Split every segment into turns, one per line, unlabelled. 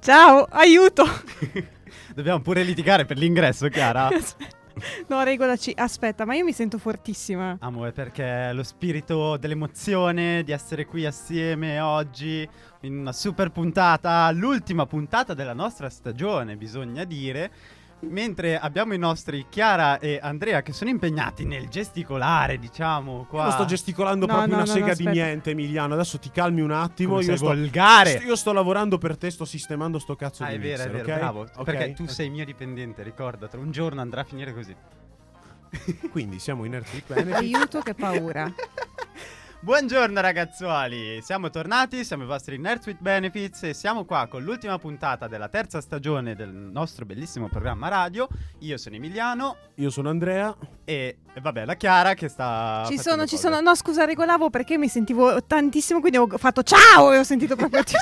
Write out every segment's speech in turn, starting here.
Ciao, aiuto!
Dobbiamo pure litigare per l'ingresso, Chiara.
No, regolaci. Aspetta, ma io mi sento fortissima.
Amore, perché lo spirito dell'emozione di essere qui assieme oggi in una super puntata, l'ultima puntata della nostra stagione, bisogna dire. Mentre abbiamo i nostri Chiara e Andrea che sono impegnati nel gesticolare, diciamo qua.
Io non sto gesticolando
No,
proprio
no,
una
no, no,
sega di
aspetta.
niente, Emiliano. Adesso ti calmi un attimo.
Come
io
sei
sto
volgare.
st- io sto lavorando per te, sto sistemando sto cazzo
Ah,
di
è vero, è
mixer,
vero,
ok?
bravo.
Ok?
Perché tu sei mio dipendente, ricordatelo. Un giorno andrà a finire così.
Quindi siamo in Earth Benefit.
Aiuto, che paura.
Buongiorno ragazzuoli, siamo tornati, siamo i vostri Nerds with Benefits e siamo qua con l'ultima puntata della terza stagione del nostro bellissimo programma radio. Io sono Emiliano
Io sono Andrea.
e, e vabbè la Chiara che sta...
Ci sono,
facendo
ci
Ah, cose.
sono. No, scusa, regolavo perché mi sentivo tantissimo, quindi ho fatto ciao e ho sentito proprio tipo-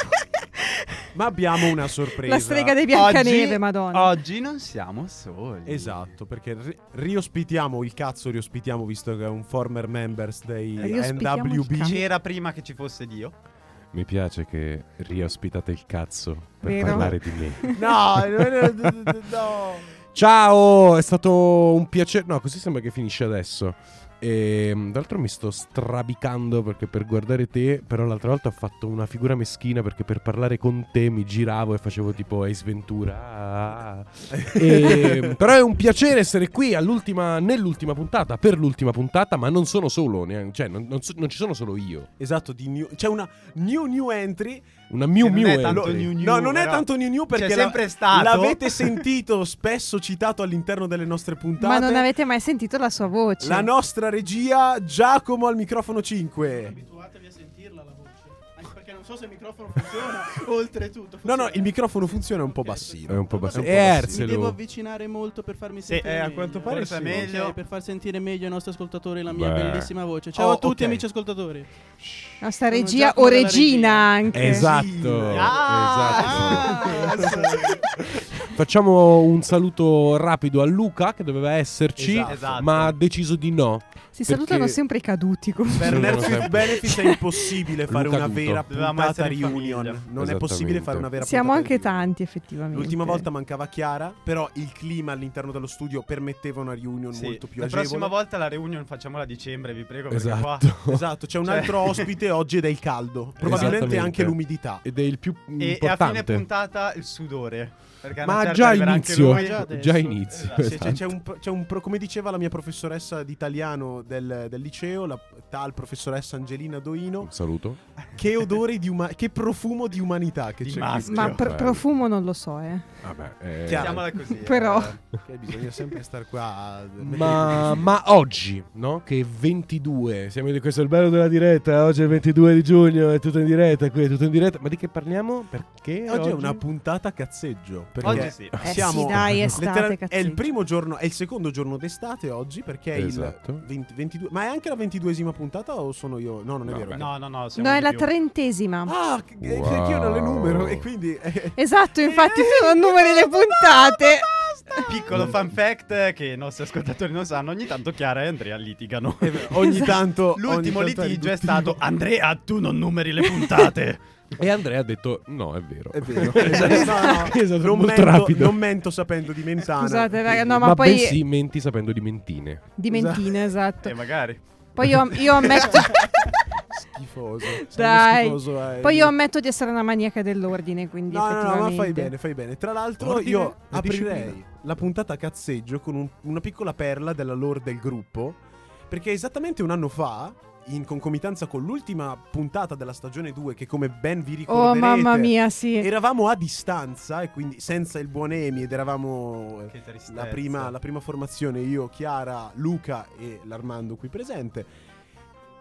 Ma abbiamo una sorpresa.
la strega dei Biancaneve,
Oggi-
madonna.
Oggi non siamo soli.
Esatto, perché ri- riospitiamo il cazzo, riospitiamo visto che è un former members dei
Riospitiamo il
NWB.
cazzo.
C'era prima che ci fosse Dio. Cioè,
Mi piace che riospitate il cazzo per
Vero?
parlare di me.
No, no, no, no.
Ciao, è stato un piacere. No, così sembra che finisce adesso. Ehm, d'altro mi sto strabicando perché per guardare te, però l'altra volta ho fatto una figura meschina perché per parlare con te mi giravo e facevo tipo Ace Ventura. Ah. Ehm, però è un piacere essere qui all'ultima, nell'ultima puntata, per l'ultima puntata, ma non sono solo, neanche- cioè non, non so- non ci sono solo io.
Esatto, di new- c'è una new new entry.
Una Miu
Che non
Miu.
è tanto
entry.
new new,
no, non è
però.
tanto new new perché
C'è
la-
sempre stato.
l'avete sentito spesso citato all'interno delle nostre puntate.
Ma non avete mai sentito la sua voce.
La nostra regia Giacomo al microfono 5.
Abituatevi a sentirla la voce. Anche perché non so se il microfono funziona. oltretutto.
No,
funziona.
no, il microfono funziona un po'
Ok,
bassino.
È un po' Eh,
Vabbè,
bassino.
È un po'
Mi
bassino.
devo
Lo-
avvicinare molto per farmi
Sì,
sentire.
eh, a
meglio.
quanto pare
Forse
sì.
meglio.
Meglio.
per far sentire meglio i nostri ascoltatori la mia
Beh.
bellissima voce. Ciao
Oh,
a tutti
ok.
amici ascoltatori.
nostra
Sono
regia
Giacomo
o
della
regina
regia.
anche.
Esatto. esatto.
Ah, ah,
Facciamo un saluto rapido a Luca che doveva esserci,
Esatto.
Esatto.
ma ha deciso di no.
Si
Perché-
salutano sempre i caduti. comunque.
Per
Sì,
Nerf
sempre.
with Benefit è impossibile fare
Luca
una
Duto.
vera
Dovevamo
puntata
essere in famiglia.
reunion. Non è possibile
Esattamente.
fare una vera
Siamo
puntata
anche
reunion.
tanti, effettivamente.
L'ultima volta mancava Chiara, però il clima all'interno dello studio permetteva una reunion
sì.
molto più
la
agevole.
prossima volta la reunion facciamola a dicembre, vi prego. perché qua-
Esatto.
Esatto, c'è un
Cioè-
altro ospite oggi ed è il caldo. Probabilmente
Esattamente.
anche l'umidità.
Ed è il più
E, e a fine
importante.
puntata il sudore. Perché a una
ma
certa
già
arriverà anche
inizio,
lui.
Ma già
già,
adesso.
inizio.
Esatto.
Sì, c'è-
esatto.
c'è un pro- c'è un pro- come diceva la mia professoressa d'italiano del, del liceo, la tal professoressa Angelina Doino,
Un saluto.
che odore di uma- che profumo di umanità che
Di
c'è.
maschio.
Ma
Sì,
pr-
bello.
profumo non lo so, eh.
Vabbè, eh,
Chiaro.
Chiamiamola così. eh.
Però-
Che bisogna sempre stare qua. a-
Ma, ma oggi, no? Che è 22, siamo di questo è il bello della diretta. Oggi è il 22 di giugno, è tutto in diretta. Qui è tutto in diretta. Ma di che parliamo? Perché?
oggi è una puntata cazzeggio. Perché
Oggi sì.
Eh
siamo
sì, dai, estate,
letteral- è
cazzeggio.
il primo giorno, è il secondo giorno d'estate oggi perché è
Esatto.
il 20 22 Ma è anche la ventiduesima puntata o sono io? No, non è
No,
vero.
beh.
No, no, no. siamo
No, è
di
la
più.
trentesima.
Ah, che-
Wow.
perché io non le numero e quindi eh,
Esatto, infatti, sono numeri le puntate.
eh.
Piccolo fan fact che i nostri ascoltatori non sanno, ogni tanto Chiara e Andrea litigano.
ogni tanto
L'ultimo
ogni
litigio
tanto
è
riduttivo.
stato Andrea, tu non numeri le puntate.
E Andrea ha detto: No, è vero.
Eh,
È vero.
Esatto,
No, no, non,
molto
mento,
rapido.
non mento sapendo di mentana.
Scusate, raga, no, ma,
ma
poi
bensì menti sapendo di mentine.
dimentina, esatto.
Eh,
e magari.
Poi io, io ammetto
Schifoso. Sei uno
Dai.
schifoso, eh.
Poi io ammetto di essere una maniaca dell'ordine, quindi
No, no, no,
effettivamente.
ma fai bene, fai bene. Tra l'altro
Ordine
io
e
aprirei
disciplina.
la puntata cazzeggio con un- una piccola perla della lore del gruppo, perché esattamente un anno fa, in concomitanza con l'ultima puntata della stagione 2 che come ben vi
Oh
ricorderete
mamma mia, sì.
Eravamo a distanza e quindi senza il buon Emi ed eravamo
Che tristezza.
la prima, la prima formazione, io, Chiara, Luca e l'Armando qui presente.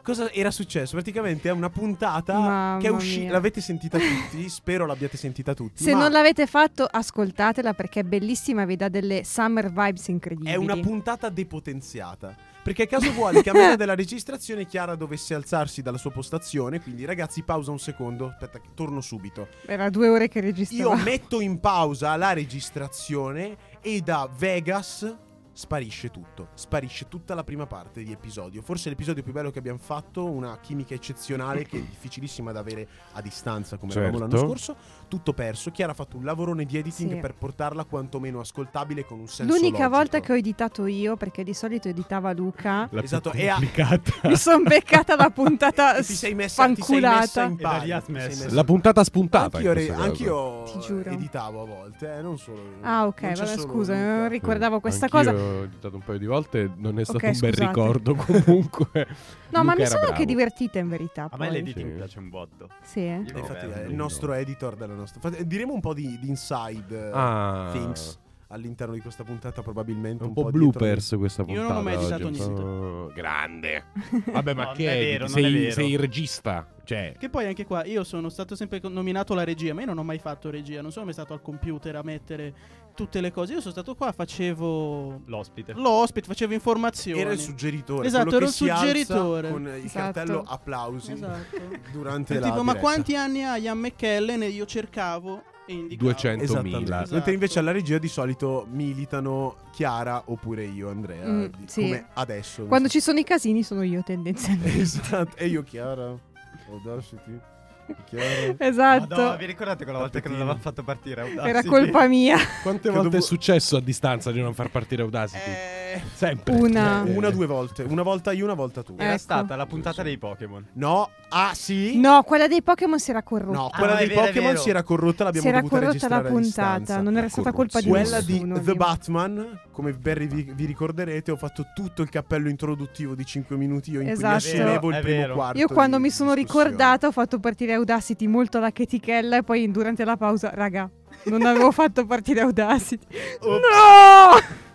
Cosa era successo? Praticamente è una puntata
Mamma
che è uscita.
mia.
L'avete sentita tutti? Spero l'abbiate sentita tutti.
Se
ma
non l'avete fatto, ascoltatela perché è bellissima, vi dà delle summer vibes incredibili.
è una puntata depotenziata. Perché caso vuole che a metà della registrazione Chiara dovesse alzarsi dalla sua postazione. Quindi, ragazzi, pausa un secondo. Aspetta, che torno subito.
Era due ore che
Io
registravo.
metto in pausa la registrazione e da Vegas sparisce tutto, sparisce tutta la prima parte di episodio. Forse l'episodio più bello che abbiamo fatto, una chimica eccezionale che è difficilissima da avere a distanza come
Certo.
eravamo l'anno scorso, tutto perso. Chiara ha fatto un lavorone di editing
Sì.
per portarla quantomeno ascoltabile con un senso
L'unica
logico.
volta che ho editato io, perché di solito editava Luca,
La
Esatto,
più
e ha-
complicata.
mi sono beccata la puntata
ti sei messa, ti sei
sfanculata.
messa in
E da lì
pari,
ha
ti sei
smesso.
messa-
La puntata spuntata.
Anch'io,
in
re-
questo caso.
anch'io
Ti giuro.
editavo a volte, eh, non solo.
Ah, ok,
non c'è
vabbè,
solo
scusa, eh,
Luca.
non ricordavo questa
Anch'io
cosa.
Ho editato un paio di volte, non è stato
Ok,
un bel
scusate.
ricordo comunque.
No, ma
Luca
mi
era
sono anche
bravo.
divertita in verità.
A me
poi.
l'editing
Sì.
piace un botto.
Sì, eh.
Io
Eh, Infatti,
governo.
è il nostro editor della nostra. Fate- Diremo un po' di, di inside eh,
Ah.
things all'interno di questa puntata, probabilmente.
Un, po'
dietro-
bloopers questa
Io
puntata.
non ho mai
oggi,
editato
un
niente.
po'- Grande. Vabbè, ma
No,
che
non è
editi?
vero, non
sei,
è vero.
sei il regista. Cioè,
Che poi anche qua io sono stato sempre con- nominato la regia, ma io non ho mai fatto regia, non sono mai stato al computer a mettere tutte le cose. Io sono stato qua, facevo
L'ospite.
Esatto.
l'ospite, facevo informazioni.
Era il suggeritore.
Esatto,
quello
era
che
il
si alza
suggeritore.
Con il
Esatto.
cartello applausi
Esatto.
durante la.
tipo, ma
diretta."
quanti anni ha Ian McKellen? E io cercavo e indicavo.
200.
Esattamente.
Esatto.
Mentre invece alla regia di solito militano Chiara oppure io, Andrea.
Mm,
di-
sì.
Come adesso. non
Quando
so.
ci sono i casini sono io tendenzialmente.
Esatto. E io, Chiara. Oh, Audacity. Chiara.
esatto.
Madonna, vi ricordate quella volta che non
Tappetini.
l'avevamo fatto partire? Audacity?
Era colpa mia.
Che
quante volte
dopo-
è successo a distanza di non far partire Audacity?
Eh,
Sempre.
Una.
Eh,
Una o due volte. Una volta io, una volta tu.
Eh.
Era
Ecco.
stata la puntata dei Pokémon.
No, ah sì?
No, quella dei Pokémon si era corrotta.
No,
Ah,
quella
è
dei
vero, è
Pokémon
vero.
si era corrotta, l'abbiamo
si era
dovuta
corrotta la
registrare a
puntata,
distanza.
non era stata colpa di
Corruzione.
Quella di
nessuno.
The
lì.
Batman, come ben rivi- vi ricorderete, ho fatto tutto il cappello introduttivo di 5 minuti io in
Esatto.
cui assumevo
È
il
vero,
primo
è vero.
quarto.
Io quando
di
mi sono
discussione.
ricordata ho fatto partire Audacity molto alla chetichella e poi durante la pausa, raga, non avevo fatto partire Audacity. No!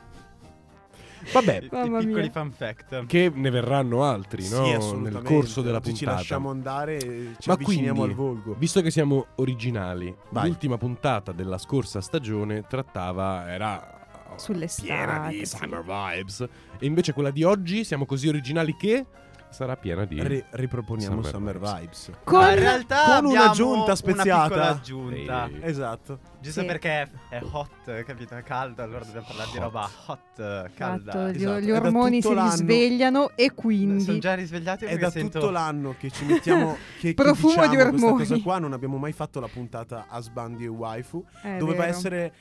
Vabbè, i
Mamma
piccoli
mia.
fun fact.
Cioè, Che ne verranno altri,
Sì,
no?
assolutamente.
Nel corso della
Oggi
puntata.
Ci lasciamo andare e ci
Ma
avviciniamo
quindi-
al volgo.
Visto che siamo originali,
Vai.
l'ultima puntata della scorsa stagione trattava era oh,
Sull'estate,
piena di
sì.
summer vibes e invece quella di oggi siamo così originali che sarà piena di
Ri- riproponiamo Summer,
Summer
Vibes.
Ma in
Con...
realtà
con una
abbiamo
giunta
Una
speziata.
piccola aggiunta.
Sì.
Esatto.
Giusto
Sì.
perché è- è hot, capito? È caldo, allora dobbiamo parlare di
Hot.
roba hot,
Esatto,
calda.
gli,
esatto.
gli
È da
ormoni
tutto
si
l'anno.
risvegliano e
Sono
quindi...
già risvegliati
È
perché
da
sento...
tutto l'anno che ci mettiamo che, che
Profumo di
diciamo questa
ormoni.
cosa qua non abbiamo mai fatto la puntata a sbandi e waifu.
Eh, è
Doveva
vero.
essere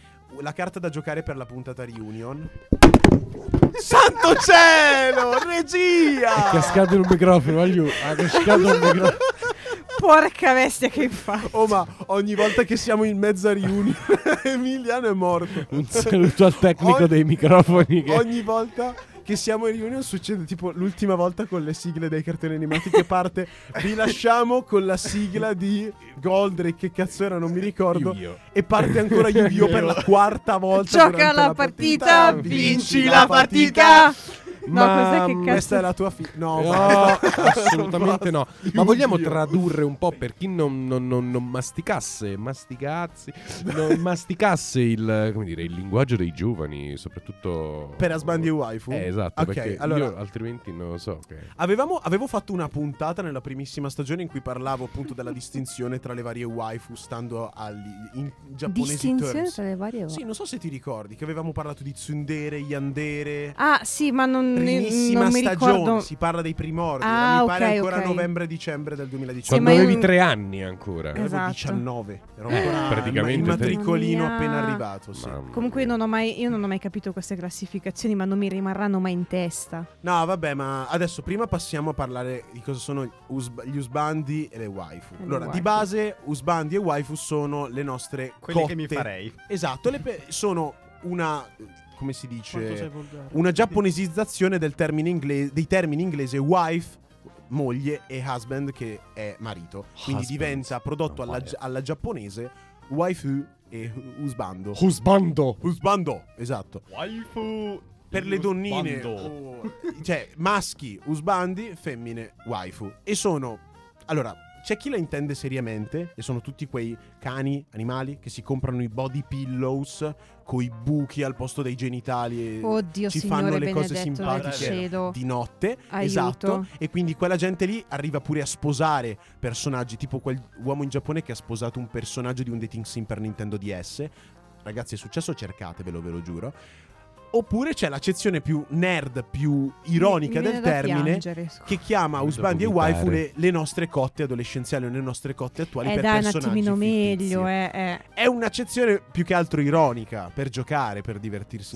la carta da giocare per la puntata reunion.
Santo
cielo, regia!
È cascato il microfono, Aliu. Ha cascato il microfono.
Porca bestia che fa.
Oh ma ogni volta che siamo in mezza riunione Emiliano è morto.
Un saluto al tecnico
Ogni-
dei microfoni che
Ogni volta che siamo in riunione succede tipo l'ultima volta con le sigle dei cartoni animati che parte vi lasciamo con la sigla di Goldrake che cazzo era non mi ricordo
Yu-Gi-Oh.
e parte ancora Yu-Gi-Oh per la quarta volta
Gioca
durante
la
la
partita,
vinci la
No, cos'è che
mh,
cazzo-
Questa è la tua fine. No,
No,
basta.
assolutamente no. Ma vogliamo
Yu-Gi-Oh.
tradurre un po' per chi non, non- non- non masticasse, masticazzi, non masticasse il, come dire, il linguaggio dei giovani, soprattutto
Per Asbandi e Waifu.
Eh, esatto,
Ok,
perché
allora-
io altrimenti non lo so. che-
Avevamo- avevo fatto una puntata nella primissima stagione in cui parlavo appunto della distinzione tra le varie waifu stando agli, in giapponesi
Distinzione
terms.
tra le varie...
Sì, non so se ti ricordi che avevamo parlato di tsundere, yandere.
Ah sì, ma non,
primissima
non mi
stagione,
ricordo...
si parla dei primordi,
Ah,
mi pare
ok,
ancora
ok.
novembre-dicembre del 2018.
Sì,
Quando
ma io-
avevi tre anni ancora.
Eh,
Avevo
Esatto.
19, ero
Eh,
ancora
praticamente
il
te-
matricolino
Mamma mia.
appena arrivato, sì.
Mamma
Comunque io
mia.
non ho mai, io non ho mai capito queste classificazioni, ma non mi rimarranno mai in testa.
No, vabbè, ma adesso prima passiamo a parlare di cosa sono usb- gli usbandi e le waifu.
E le
allora, di
waifu.
base, usbandi e waifu sono le nostre
Quelli
cotte.
che mi farei.
Esatto, le pe- sono una come si
Quanto sei
dice
volgare.
una giapponesizzazione del termine inglese dei termini inglese wife moglie e husband che è marito. Quindi
Husband.
diventa prodotto
Non
alla,
wife.
alla giapponese waifu e usbando.
Husbando.
Usbando, esatto
Waifu.
per le donnine,
Bando.
o- cioè maschi usbandi, femmine waifu. E sono allora. C'è chi la intende seriamente e sono tutti quei cani, animali che si comprano i body pillows coi buchi al posto dei genitali e
Oddio,
Eh, ci
signore
fanno le cose
benedetto
del
simpatiche
cielo.
di notte.
Aiuto.
Esatto. E quindi quella gente lì arriva pure a sposare personaggi, tipo quell'uomo in Giappone che ha sposato un personaggio di un dating sim per Nintendo DS. Ragazzi, è successo, cercatevelo, ve lo giuro. Oppure c'è l'accezione più nerd, più ironica
Mi- mi viene
del
da
termine,
piangere, scusa.
che chiama
Vedo
Usbandi e
vomitare.
waifu le, le nostre cotte adolescenziali o le nostre cotte attuali
Eh
per
dai, un
personaggi
attimino
fittizi.
meglio, eh, eh.
È un'accezione più che altro ironica per giocare, per divertirsi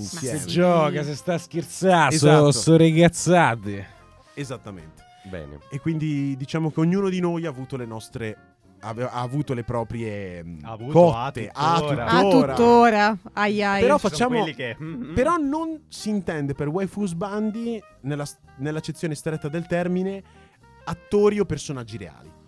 sì.
insieme.
Se gio-
Gioca, se sta scherzando,
Esatto.
sono so regazzate.
Esattamente.
Bene.
E quindi diciamo che ogniuno di noi ha avuto le nostre ave- ha avuto le proprie mh,
Ha avuto,
cotte,
ha tuttora.
Ah, tuttora, ai ai.
Però
Ci sono
facciamo-
quelli che... Mm, mm.
Però non si intende per waifu sbandi, nella, nell'accezione stretta del termine, attori o personaggi reali.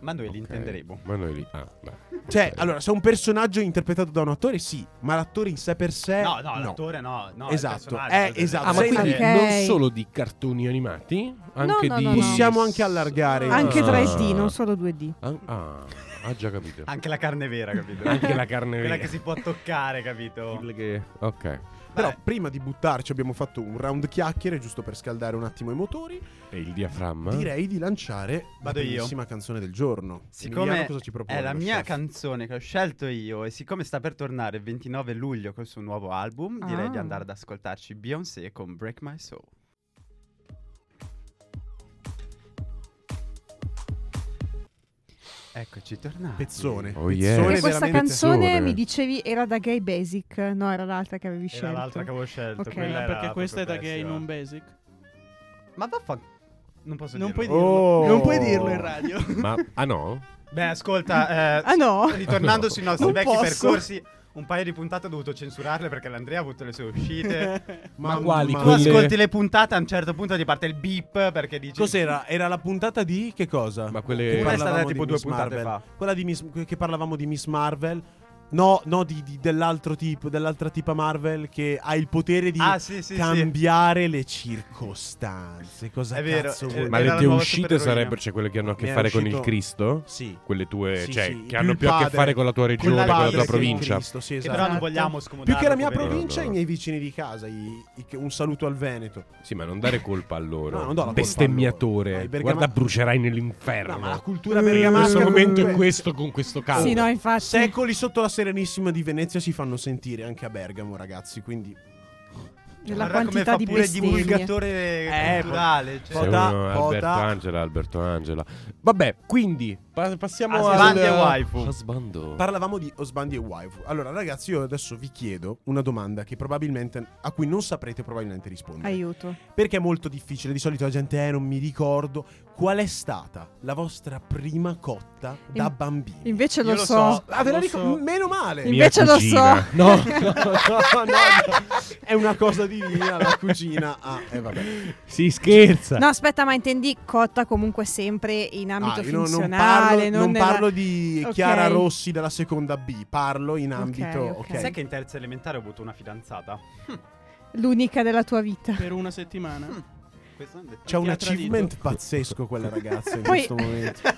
Ma noi li
Ok.
intenderemo.
Ma noi li... Ah, beh.
Cioè,
Ok.
allora, se un personaggio è interpretato da un attore, sì, ma l'attore in sé per sé...
No, no, l'attore no. no
Eh, Esatto.
il personaggio, cioè,
Eh, esatto.
Ah, ma
Sei-
quindi
ok.
non solo di cartoni animati, anche
no,
di...
no, no.
Possiamo anche allargare.
Anche
Ah.
3D, non solo 2D.
An- Ah, ha già capito.
Anche la carne vera, capito?
anche la carne
Quella
vera.
che si può toccare, capito?
Quella che- Ok.
Però
Vabbè.
prima di buttarci abbiamo fatto un round chiacchiere, giusto per scaldare un attimo i motori.
E il diaframma?
Direi di lanciare la
Vado io.
bellissima canzone del giorno.
Siccome
Emiliano, cosa ci propone
è la
lo
mia
chef?
canzone che ho scelto io e siccome sta per tornare il 29 luglio col suo nuovo album, direi di
Ah.
andare ad ascoltarci Beyoncé con Break My Soul. Eccoci tornati.
Pezzone.
Oh,
Pezzone
yeah. E
E
Quella
questa
veramente-
canzone.
canzone mi dicevi era da Gay Basic, no? Era l'altra che avevi
Era
scelto.
l'altra che avevo scelto.
Ok.
quella
Eh,
era
Ah, perché questa è da
proprio
gay
pessima.
non basic.
Ma vaffanculo. Non posso
Non puoi
dirlo.
dirlo.
Oh.
Non puoi dirlo in radio.
Ma... Ah no?
Beh, ascolta, eh,
Ah no?
ritornando
No.
sui nostri
Non
vecchi
posso.
percorsi, un paio di puntate ho dovuto censurarle perché l'Andrea ha avuto le sue uscite.
Ma quali?
tu
Quelle-
ascolti le puntate, a un certo punto ti parte il beep perché dici...
Cos'era? Era la puntata di che cosa?
Ma
Che
quelle...
Questa è
parlavamo
stata
di
tipo due
Miss
puntate
Marvel.
fa.
Quella di Miss- che parlavamo di Miss Marvel. No, no, di, di- dell'altro tipo, dell'altra tipa Marvel che ha il potere di
Ah, sì, sì, sì.
cambiare le circostanze. Cosa
È vero,
cazzo
è-
vuol
Ma
era
le
la
tue
nuova
uscite
supereroina.
sarebbero... Cioè quelle che hanno a
Mi
che
è
fare con il
uscito-
Cristo?
Sì.
Quelle tue...
Sì,
cioè,
sì,
che hanno
il
più a che
padre.
fare con la tua regione, con la,
padre
tua
che
provincia.
Cristo, sì,
Che
esatto.
però non
Esatto.
vogliamo scomodare.
Più che la mia
poverino.
provincia,
No,
i
no.
miei vicini di casa. i- i- che- un saluto al Veneto.
Sì, ma non dare colpa a loro.
No, non do la colpa a
Bestemmiatore.
loro. Ai bergama-
Guarda, brucerai
No,
nell'inferno.
ma la cultura
in
bergamasca.
questo momento è
comunque-
questo con questo cavolo.
Ah, Sì, no, infatti.
Secoli sotto la Serenissima di Venezia si fanno sentire anche a Bergamo, ragazzi. Quindi
Nella
Guarda come
quantità
fa
di
pure
bestemmie.
divulgatore
Eh,
culturale. Cioè.
Sei
Pota-
uno Alberto
pota-
Angela, Alberto Angela. Vabbè, quindi pa- passiamo a al...
Husband e waifu.
Husbando.
parlavamo di Osbandi e Waifu. Allora, ragazzi, io adesso vi chiedo una domanda che probabilmente a cui non saprete probabilmente rispondere.
Aiuto.
Perché è molto difficile. Di solito la gente, eh, non mi ricordo. Qual è stata la vostra prima cotta da
In-
bambini?
Invece lo,
lo
so.
so.
ah, ve la
lo
ricordo?
so.
Meno male.
Mia
invece lo
cugina.
so.
No, no, no, no, no.
È una cosa divina, la cugina. Ah, eh, vabbè.
Si scherza.
No, aspetta, ma intendi cotta comunque sempre in ambito
Ah, io non- non
funzionale.
parlo, non
nella-
parlo di
Ok.
Chiara Rossi della seconda B, parlo in
Ok,
ambito. Ok,
ok.
Sai che in terza elementare ho avuto una fidanzata?
L'unica della tua vita.
per una settimana.
Questo non è detto.
C'è un
Ti ha tradito.
achievement pazzesco quella ragazza in
Poi-
questo momento. Si era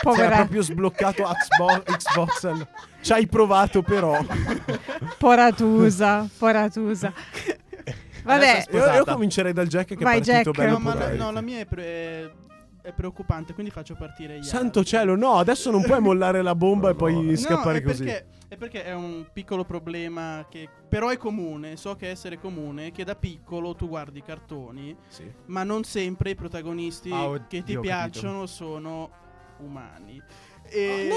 Povera,
proprio sbloccato Xbox. Xbox al- Ci hai provato, però.
poratusa, poratusa. Vabbè,
Adesso è
Io, io
Sposata.
comincerei dal Jack che
Vai,
è partito
Jack.
bello.
No, ma la,
potente.
no, la mia è, pre- è- è preoccupante, quindi faccio partire Yara.
Santo cielo, no, adesso non puoi mollare la bomba e poi
No,
scappare
è
così.
Perché, è perché è un piccolo problema che però è comune, so che è essere comune, che da piccolo tu guardi i cartoni,
Sì.
ma non sempre i protagonisti
Ah, oddio,
che ti
ho capito.
piacciono sono umani.
Ah,
E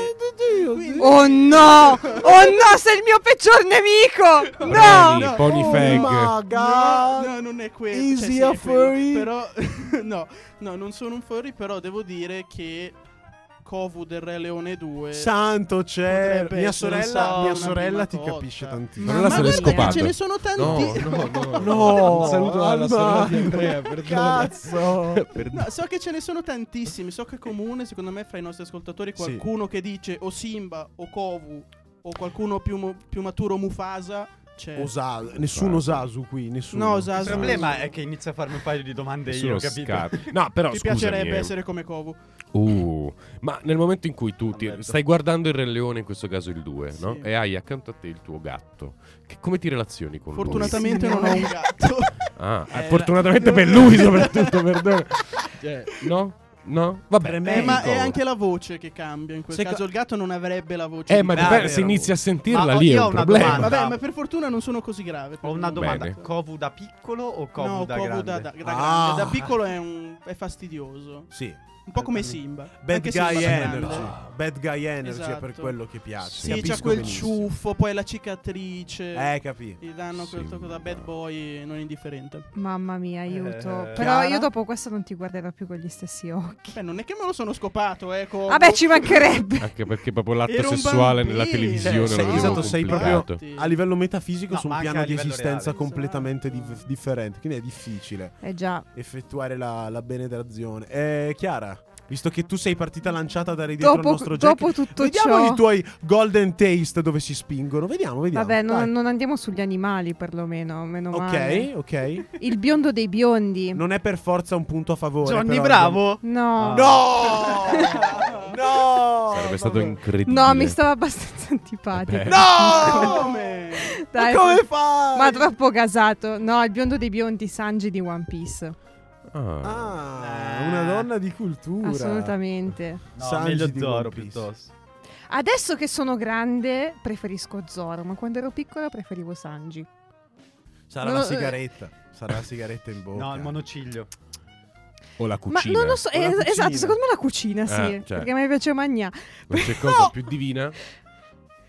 quindi-
Oh no! Oh no, sei il mio peggior nemico! No!
Brani, Pony
Oh my
Fag.
No,
god.
no, non è quello.
Easy
sì, è
a
quello,
furry?
Però, no, no, non sono un furry, però devo dire che Covu del Re Leone 2...
Santo cielo.
Potrebbe
Mia
essere, non
sorella,
so,
mia
una
sorella
prima
ti
cotta.
capisce tantissimo.
Ma non la
Mamma
se l'è
mia.
guarda che
scopata.
ce ne sono tanti.
No, no, no.
No,
Un saluto alla
Alma.
sorella di Andrea, perdona.
Cazzo.
Perdona.
No, so che ce ne sono tantissimi. So che è comune, secondo me, fra i nostri ascoltatori
Sì.
qualcuno che dice o Simba o Kovu o qualcuno più, mu- più maturo Mufasa. C'è.
Eh. Osasu, nessuno Osasu qui, nessuno.
No,
Il
Osasu.
problema è che inizio a farmi un paio di domande io,
Nessuno
capito?
scappa. No, però
Ti
scusami.
piacerebbe
eh.
essere come Kovu.
Uh, ma nel momento in cui tu ti-
Ammetto.
stai guardando il Re Leone, in questo caso il 2, no?
Sì.
E hai accanto a te il tuo gatto, che- come ti relazioni con
Fortunatamente
Sì.
non ho un gatto.
lui? Ah, eh,
Eh,
fortunatamente per lui soprattutto, perdono. Cioè, no? No? Vabbè.
Tremendo.
Eh, ma è
Cavolo.
anche la voce che cambia in quel
Se-
caso. Il gatto non avrebbe la voce.
Eh,
di
ma
gatto.
Bravo,
dipende- se
vero.
inizi a sentirla
Ma
lì è
io ho
un
una
problema.
domanda.
Vabbè, ma per fortuna non sono così grave.
Ho una domanda:
Bene.
covu da piccolo o covu
no,
da
Kovu
grande?
da, da- da
Ah.
grande. Da piccolo è, un- è fastidioso.
Sì.
Un po' come Simba.
Bad
Anche Simba
guy
da grande.
energy. Bad guy energy è per
Esatto.
quello che piace.
Sì,
Capisco
c'ha quel
benissimo.
ciuffo, poi la cicatrice.
Eh, capì.
Gli danno quel
Simba.
tocco da bad boy non indifferente.
Mamma mia, aiuto. Però
Eh, Chiara?
io dopo questo non ti guarderò più con gli stessi occhi.
Beh, non è che me lo sono scopato, eh.
Oh,
Kovu.
Vabbè, ci mancherebbe.
Anche perché proprio l'atto
Era un
sessuale
bambino.
nella televisione
Cioè,
lo vedo
esatto, sei proprio-
complicato.
Infatti.
A livello metafisico
No,
su un
ma anche
piano
a
di
livello
esistenza
reale.
completamente dif- differente, quindi è difficile
Eh già.
effettuare la, la benedazione. Eh, Chiara, visto che tu sei partita lanciata da dietro al
Dopo,
nostro Jack,
dopo tutto
vediamo
ciò...
i tuoi golden taste dove si spingono. Vediamo, vediamo.
Vabbè,
Dai.
non, non andiamo sugli animali perlomeno, meno male.
Ok, ok.
Il biondo dei biondi.
Non è per forza un punto a favore.
Johnny
però-
Bravo.
No.
Ah.
No! no!
Sarebbe stato
Oh, Vabbè.
incredibile.
No, mi stava abbastanza antipatico.
Vabbè.
No!
Come?
Dai,
Ma come fai?
ma troppo gasato. No, il biondo dei biondi, Sanji di One Piece.
Ah.
Ah, una donna di cultura.
Assolutamente.
No,
Sanji
meglio
di One
Zoro
Piece.
piuttosto.
Adesso che sono grande, preferisco Zoro, ma quando ero piccola preferivo Sanji.
Sarà
No,
la
eh.
sigaretta. Sarà la sigaretta in bocca.
No, il monociglio.
O la
Ma
cucina.
non lo so,
O la
eh, es-
cucina.
esatto, secondo me la cucina, sì,
Eh, cioè.
perché a me piace magna.
Non c'è cosa più divina?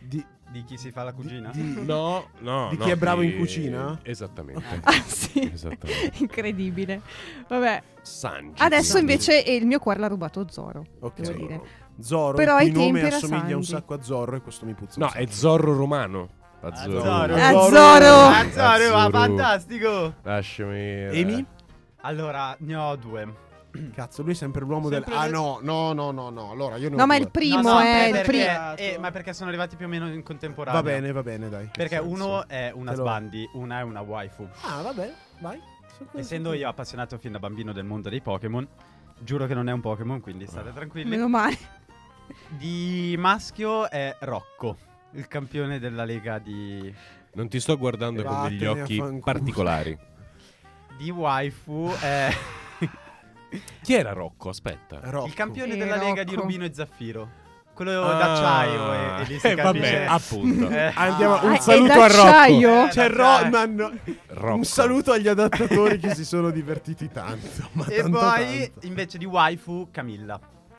Di,
Di chi si fa la cugina?
di- di-
No, no.
Di
no,
chi è bravo in cucina?
Esattamente.
Ah, sì.
Esattamente.
Incredibile. Vabbè,
Sanji.
adesso
Sanji.
invece eh, il mio cuore l'ha rubato Zoro,
Ok.
devo dire.
Zorro,
Però
il
ai
cui nome
tempi era
assomiglia un
Sanji.
sacco a Zorro e questo mi puzza. un
No,
sacco.
è Zorro romano. Azzorro.
Azzorro.
Ah, Zoro!
Ah, Zoro, ah,
Azzurro.
fantastico!
Lasciami.
Amy?
Allora, ne ho due.
Cazzo, lui è sempre l'uomo
Sempre
del Ah
le-
no, no, no, no, no. Allora io non
No, ma
due.
il primo
No, no,
è il
perché-
primo.
eh, ma perché sono arrivati più o meno in contemporanea.
Va bene, va bene, dai.
Perché
Nel senso.
uno è una
Te lo-
sbandi, una è una waifu.
Ah, vabbè, vai. Su questo.
Essendo io appassionato fin da bambino del mondo dei Pokémon, giuro che non è un Pokémon,
Ah.
quindi state tranquilli.
Meno male.
Di maschio è Rocco, il campione della lega di,
Non ti sto guardando con degli
Vattene a
occhi
fanculo.
particolari.
di waifu. È
Chi era Rocco? Aspetta.
Rocco. Ah.
il campione
Eh,
della lega di
Rocco.
Rubino e Zaffiro. Quello d'acciaio e, e lì si
Eh,
capisce-
vabbè, appunto.
Eh.
Andiamo
Ah,
un
è
saluto a Rocco. Cioè,
d'acciaio?
Eh,
C'è
d'acciaio.
Ro- ma no.
Rocco.
Un saluto agli adattatori che si sono divertiti tanto. Ma
E
tanto,
poi
tanto.
invece di waifu Camilla.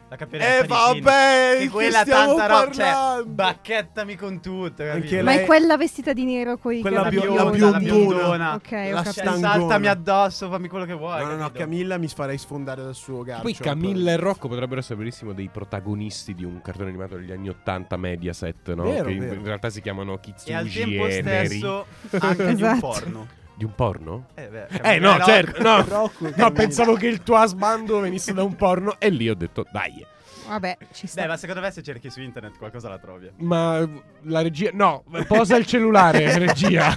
La campionessa di
Eh
Sinnoh.
vabbè,
Che
di
quella
che stiamo
tanta roba, cioè,
parlando?
bacchettami con tutto, capito?
Anche
Ma
lei-
è quella vestita di nero con i
Quella
capelli
bio- la
biondi. Ok,
biondona. La
ho
Cioè,
capito.
sta- Stangona.
saltami addosso, fammi quello che vuoi.
No, no, no,
capito?
Camilla mi farei sfondare dal suo garcio.
Poi Camilla e Rocco potrebbero essere benissimo dei protagonisti di un cartone animato degli anni 80 Mediaset, no?
Vero,
che in-
vero.
in realtà si chiamano
E al
Kitsuji e,
tempo
Neri.
stesso anche di un
Esatto.
porno.
Di un porno?
Eh, beh,
Eh
Camilla
no,
Rocco-
certo, no.
Rocco e
No,
Camilla.
pensavo che il tuo asbando venisse da un porno e lì ho detto dai.
Vabbè, ci sta.
Beh, ma secondo me se cerchi su internet qualcosa la trovi. eh.
Ma la regia... No, posa il cellulare, regia.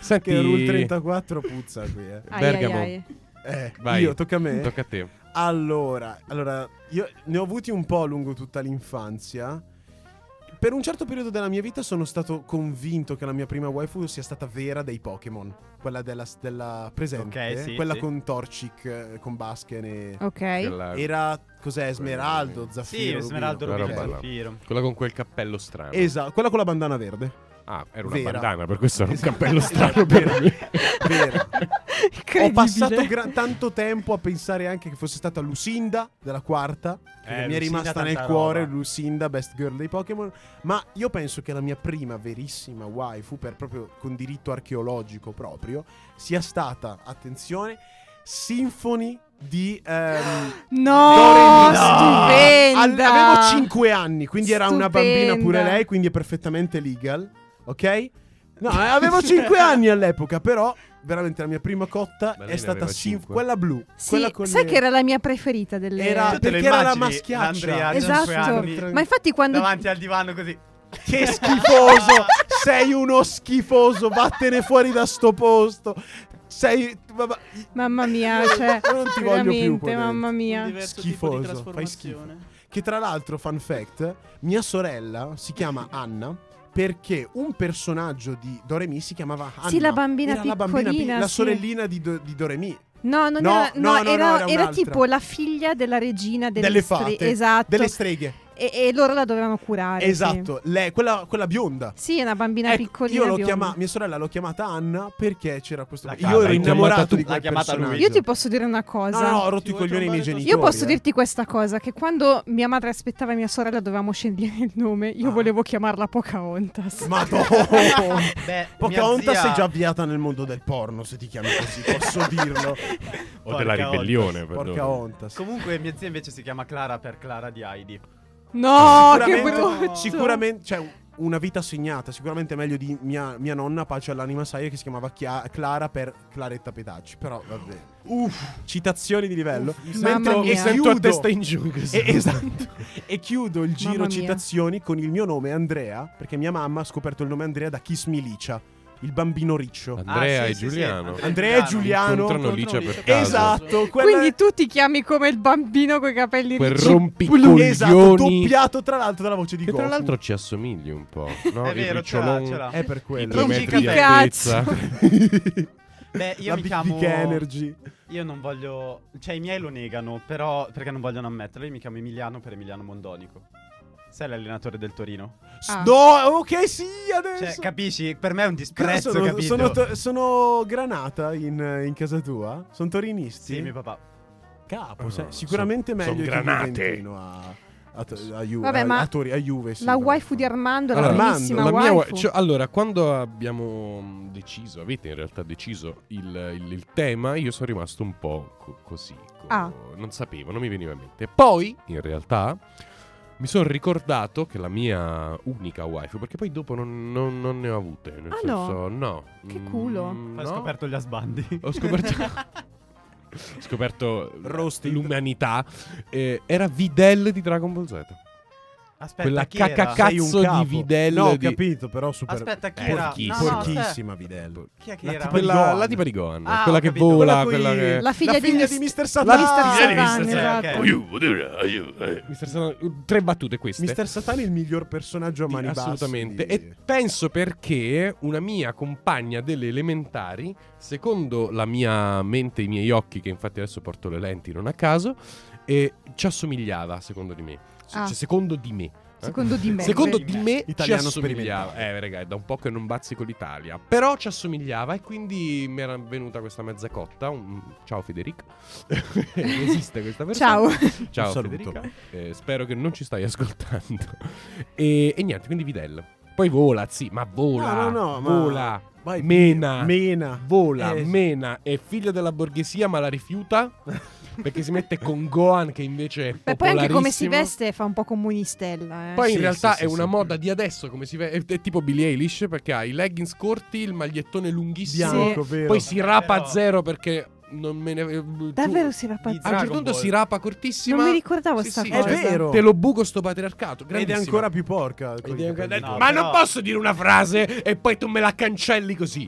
Senti,
Che Rule 34 puzza qui, eh.
Ai, ai,
Bergamo.
ai.
Eh,
Vai.
io, tocca a me.
Tocca a te.
Allora, allora, io ne ho avuti un po' lungo tutta l'infanzia. Per un certo periodo della mia vita sono stato convinto che la mia prima waifu sia stata vera dei Pokémon. Quella della, della presente,
Ok, sì,
quella
sì.
con Torchic, eh, con Basken e...
Ok.
Quella,
Era, cos'è, Esmeraldo, Zaffiro,
Sì,
Rubino.
Smeraldo
Rubino,
Rubino
quella roba là.
Zaffiro.
quella con quel cappello strano.
Esatto, quella con la bandana verde.
Ah, era una
Vera.
bandana, per questo era un
Esatto.
cappello strano per me.
Vera. Ho
Incredibile.
passato gra- tanto tempo a pensare anche che fosse stata Lucinda della quarta. Che
Eh,
mi
Lucinda
è rimasta nel
tanta
cuore
roba.
Lucinda, best girl dei Pokémon. Ma io penso che la mia prima verissima waifu, per proprio con diritto archeologico proprio, sia stata, attenzione, Symphony di. ehm,
No,
Doremi- Al-
stupenda.
avevo 5 anni, quindi era una
Stupenda.
bambina pure lei, quindi è perfettamente legal, ok? No, eh, avevo 5 anni all'epoca, però veramente la mia prima cotta
Ma lei
è
ne
stata
aveva
Sym-
cinque?
quella blu.
Sì,
quella con
sai
le-
che era la mia preferita delle
Era-
Tu te lo
perché era la
immagini,
maschiaccia.
l'Andrea a cinque
Esatto.
anni,
Ma infatti quando
davanti al divano così.
Che schifoso! Sei uno schifoso, vattene fuori da sto posto. Sei vabbè,
Mamma mia, cioè
Non ti voglio più
veramente,
qua dentro.
mamma
Un
mia.
diverso
Schifoso,
tipo di
fai
trasformazione.
che tra l'altro fun fact, mia sorella si chiama Anna perché un personaggio di Doremi si chiamava Anna.
Sì, la bambina
Era la bambina pi-
piccolina,
la
sì.
sorellina di, Do- di Doremi.
No, non
No,
era,
no,
no,
no, no,
era-
era
era
un'altra.
tipo la figlia della regina delle,
delle
stre-
fate,
esatto.
delle streghe.
e, e loro la dovevano curare. sì.
Esatto, lei- quella, quella bionda.
Sì, è una bambina
Ecco,
piccolina.
io l'ho
bionda.
chiama- mia sorella l'ho chiamata Anna perché c'era questo.
La
io ero
l'hai
chiamata
innamorato
tu.
di quel
L'ha chiamata lui.
personaggio.
Io ti posso dire una
No,
cosa.
no, no, ho rotto
Ti
i
vuoi
coglioni ai miei
trombare
genitori.
tu?
Io posso
eh.
dirti questa cosa, che quando mia madre aspettava mia sorella dovevamo scegliere il nome, io
Ah.
volevo chiamarla Pocahontas.
Madonna.
Beh, mia
Pocahontas
zia-
sei già avviata nel mondo del porno, se ti chiami così, posso dirlo.
O della
Porca
ribellione,
Porca
perdono.
ontas.
Comunque mia zia invece si chiama Clara per Clara di Heidi.
No, che
Sicuramente-
brutto.
Sicuramente, cioè, una vita segnata, sicuramente meglio di mia, mia nonna, pace all'anima saia, che si chiamava Chia- Clara per Claretta Petacci. Però, vabbè. Uff, citazioni di livello. esatto
Mamma
Mentre-
mia.
e
E sento
Tu a
chiudo,
testa in giù.
e, esatto. e chiudo il giro
Mamma mia.
citazioni con il mio nome Andrea, perché mia mamma ha scoperto il nome Andrea da Kiss Milicia, il bambino riccio.
Andrea
Ah, sì,
e
sì, sì,
Giuliano.
Andrea e Giuliano.
Incontrano
incontrano
Licia per
Licia.
caso.
Esatto, quella-
Quindi tu ti chiami come il bambino con i capelli
Quel
ricci.
rompicoglioni.
Esatto, doppiato tra l'altro dalla voce di
Che
Goku.
tra l'altro ci assomigli un po', no?
È
Il
vero, ce l'ha,
ricciolone,
ce l'ha.
è per
i
quello.
tre
Non ci
metri di
capisco.
altezza.
Beh, io
la
mi
Big
chiamo
Dick Energy.
Io non voglio Cioè i miei lo negano, però perché non vogliono ammetterlo, io mi chiamo Emiliano per Emiliano Mondonico. Sei l'allenatore del Torino.
S-
Ah.
No, ok, sì,
Cioè,
adesso.
capisci? Per me è un
Eh, Cosa
disprezzo,
sono,
capito?
sono, to- sono granata in, in casa tua? Sono torinisti?
Sì, mio papà.
Capo,
No,
sai,
no,
sicuramente
son-
meglio
son
che
granate.
Juventino a, a, to- a, Ju-
Vabbè,
a-
ma
a Tori- a Juve. sì,
La
vabbè.
waifu di Armando,
Allora,
la
Armando,
primissima
La mia-
waifu.
cioè, allora, quando abbiamo mh, deciso, avete in realtà deciso il, il- il tema, io sono rimasto un po' co- così. co-
Ah.
Non sapevo, non mi veniva in mente. Poi, in realtà, mi sono ricordato che la mia unica waifu, perché poi dopo non, non- non ne ho avute. Nel
Ah, no?
senso, no.
Che
Mm,
culo.
no.
Ho scoperto gli asbandi.
Oh,
Ho scoperto. ho scoperto
Roasted.
l'umanità. Eh, era Videl di Dragon Ball Z.
Aspetta,
Quella
chi era?
cacacazzo
Sei un
cazzo di
capo.
Vidello
No, ho
di-
capito, però super...
Aspetta, chi
Eh,
era?
porchissimo.
No, no, aspetta.
Porchissima Vidello.
Chi è che
La
era?
tipa-
Quella,
Gohan.
la tipa di Gohan,
Ah, ho
quella che
capito.
vola,
coi-
quella che.
La figlia
la
di
figlia
Mr.
di Mr.
La
Satan.
Mr. Satan,
Mr.
esatto.
Satan, ok.
Mister Satan- Tre battute queste.
Mr. Satan è il miglior personaggio a
Sì,
mani basse
assolutamente.
di-
E penso perché una mia compagna delle elementari, secondo la mia mente e i miei occhi, che infatti adesso porto le lenti non a caso, eh, ci assomigliava, secondo di me.
Ah.
Cioè, secondo di me. eh?
Secondo di me.
Secondo
Beh,
di me ci
Italiano
assomigliava.
sperimentale.
Eh, raga, è da un po' che non bazzico l'Italia. Però ci assomigliava e quindi mi era venuta questa mezza cotta. un- Ciao Federico. Esiste questa persona.
Ciao.
Ciao
Un saluto.
Federica. Eh, spero che non ci stai ascoltando. E, e niente, quindi Videl. Poi vola, sì, ma vola.
No, no, no, ma-
vola.
Vai,
mena.
Mena.
vola,
Eh,
mena. È figlia della borghesia, ma la rifiuta. perché si mette con Gohan, che invece è
Beh, poi anche come si
popolarissimo.
veste fa un po' comunistella. Eh.
Poi in
Sì,
realtà
sì,
è
sì,
una
sì.
moda di adesso, come si ve- è, è tipo Billie Eilish perché ha i leggings corti, il magliettone lunghissimo,
Bianco, vero.
poi si rapa a
Però-
zero perché non me ne eh,
Davvero
giù-
si era
A un certo
Dragon
punto
Ball.
si rapa cortissima.
Non mi ricordavo
Sì,
sta
sì,
È
cosa.
cioè,
vero.
Te lo buco sto patriarcato,
Ed è
grandissima.
ancora più porca. Eh,
Ed
con i
è-
capelli
Ma
No,
corti.
però-
non posso dire una frase e poi tu me la cancelli così.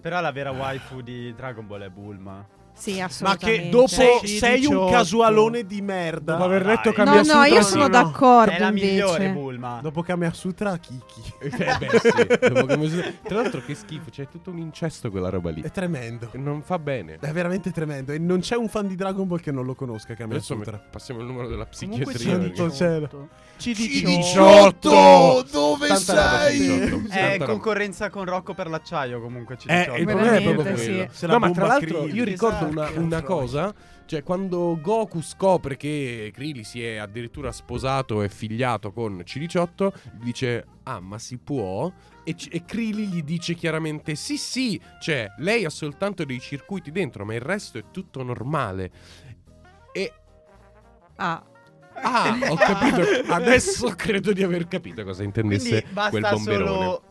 Però la vera waifu di Dragon Ball è Bulma.
Sì,
Ma che
assolutamente.
dopo sei,
16,
un
18.
casualone di merda.
Dopo aver
dai.
letto
No,
cambia
no, no, io sono
no.
d'accordo
è la
invece.
migliore
boh.
Bulma.
Dopo Kamasutra, Kiki.
Eh beh, sì, dopo che mi- Tra l'altro che schifo, c'è tutto un incesto quella roba lì.
È tremendo.
Non fa bene.
È veramente tremendo. E non c'è un fan di Dragon Ball che non lo conosca.
Adesso mi-
Kamasutra.
passiamo al numero della
Comunque
psichiatria.
santo
perché-
Santo cielo.
Cioè,
C18.
Dove
Tanta roba sul
sei?
gioco.
Eh,
È
Tanta roba.
concorrenza con Rocco per l'acciaio comunque ci
Eh, il
diciamo.
problema è
Veramente,
proprio
sì.
quello.
Se la
No, ma
bomba
tra l'altro
Krillin.
io ricordo una,
Esatto.
una cosa, cioè quando Goku scopre che Krillin si è addirittura sposato e figliato con C18, gli dice "Ah, ma si può?" E, c- e Krillin gli dice chiaramente "Sì, sì, cioè lei ha soltanto dei circuiti dentro, ma il resto è tutto normale". E
Ah,
ah, ho capito. Adesso credo di aver capito cosa intendesse
Quindi basta
quel bomberone.
solo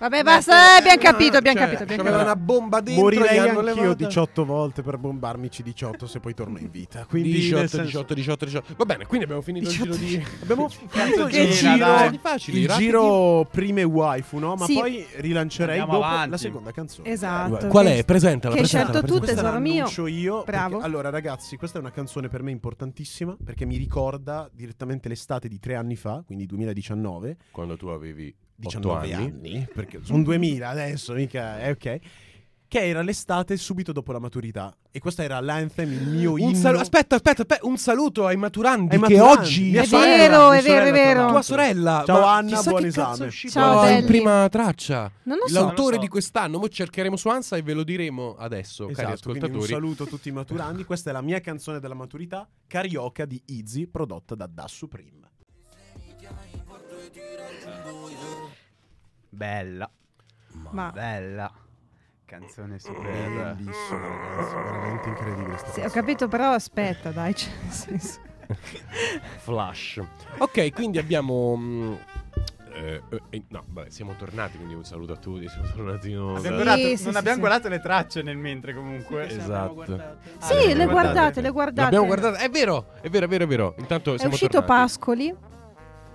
vabbè, basta, eh, abbiamo capito, abbiamo
Cioè,
capito, abbiamo
c'aveva
capito.
una bomba dentro
Morirei
gli hanno
anch'io
levato-
18 volte per bombarmi C18 se poi torno in vita. Quindi
18,
nel senso-
18, 18, 18. Va bene, quindi abbiamo finito il giro di.
Abbiamo finito
Che
il
gira,
giro,
dai.
Facili,
il
rapidi.
giro prime waifu, no? Ma
Sì.
poi rilancerei
Andiamo
dopo
avanti.
la seconda canzone.
Esatto.
Qual è? Presentala.
Che hai
presentala,
scelto tu,
presentala.
Questa
tesoro
la
mio.
Esatto, annuncio io. perché-
Bravo.
allora, ragazzi, questa è una canzone per me importantissima perché mi ricorda direttamente l'estate di tre anni fa, quindi 2019.
Quando tu avevi 18
19
anni.
Mm-hmm.
anni. perché sono 2000 adesso, mica, eh, ok. che era l'estate subito dopo la maturità. E questa era l'anthem, il mio inno.
Un saluto, aspetta, aspetta, aspetta, un saluto ai maturandi,
Ai
che
maturandi.
oggi
Mia
È
sorella,
vero,
mia
è vero, è
sorella, tra
vero.
l'altro. Esatto,
tua sorella.
Ciao,
ma
Anna,
chissà
buon
che cazzo
esame.
è uscito
Ciao,
fuori in
belli.
prima traccia.
Non lo so.
L'autore
so.
di quest'anno, mo cercheremo su Ansa e ve lo diremo adesso, cari
Esatto, quindi un
ascoltatori.
saluto a tutti i maturandi. Questa è la mia canzone della maturità, Carioca di Izzy, prodotta da Da Supreme.
Bella.
Ma-
Bella. Canzone super.
Bellissima, ragazzi, veramente incredibile. sta
Sì, ho
canzone.
capito, però aspetta, dai. Cioè, nel senso.
Flash. Ok, quindi abbiamo. mm, eh, eh, no, vabbè, siamo tornati. Quindi un saluto a tutti. Siamo tornati. in onda.
Abbiamo
Sì,
guardato-
sì,
non
sì,
abbiamo
sì.
guardato le tracce nel mentre comunque.
Sì,
Esatto.
l'abbiamo guardate.
Sì,
Eh,
le
guardate.
guardate, le guardate.
L'abbiamo guardato. È vero, è vero, è vero, è vero. Intanto
È
siamo
uscito
tornati.
Pascoli.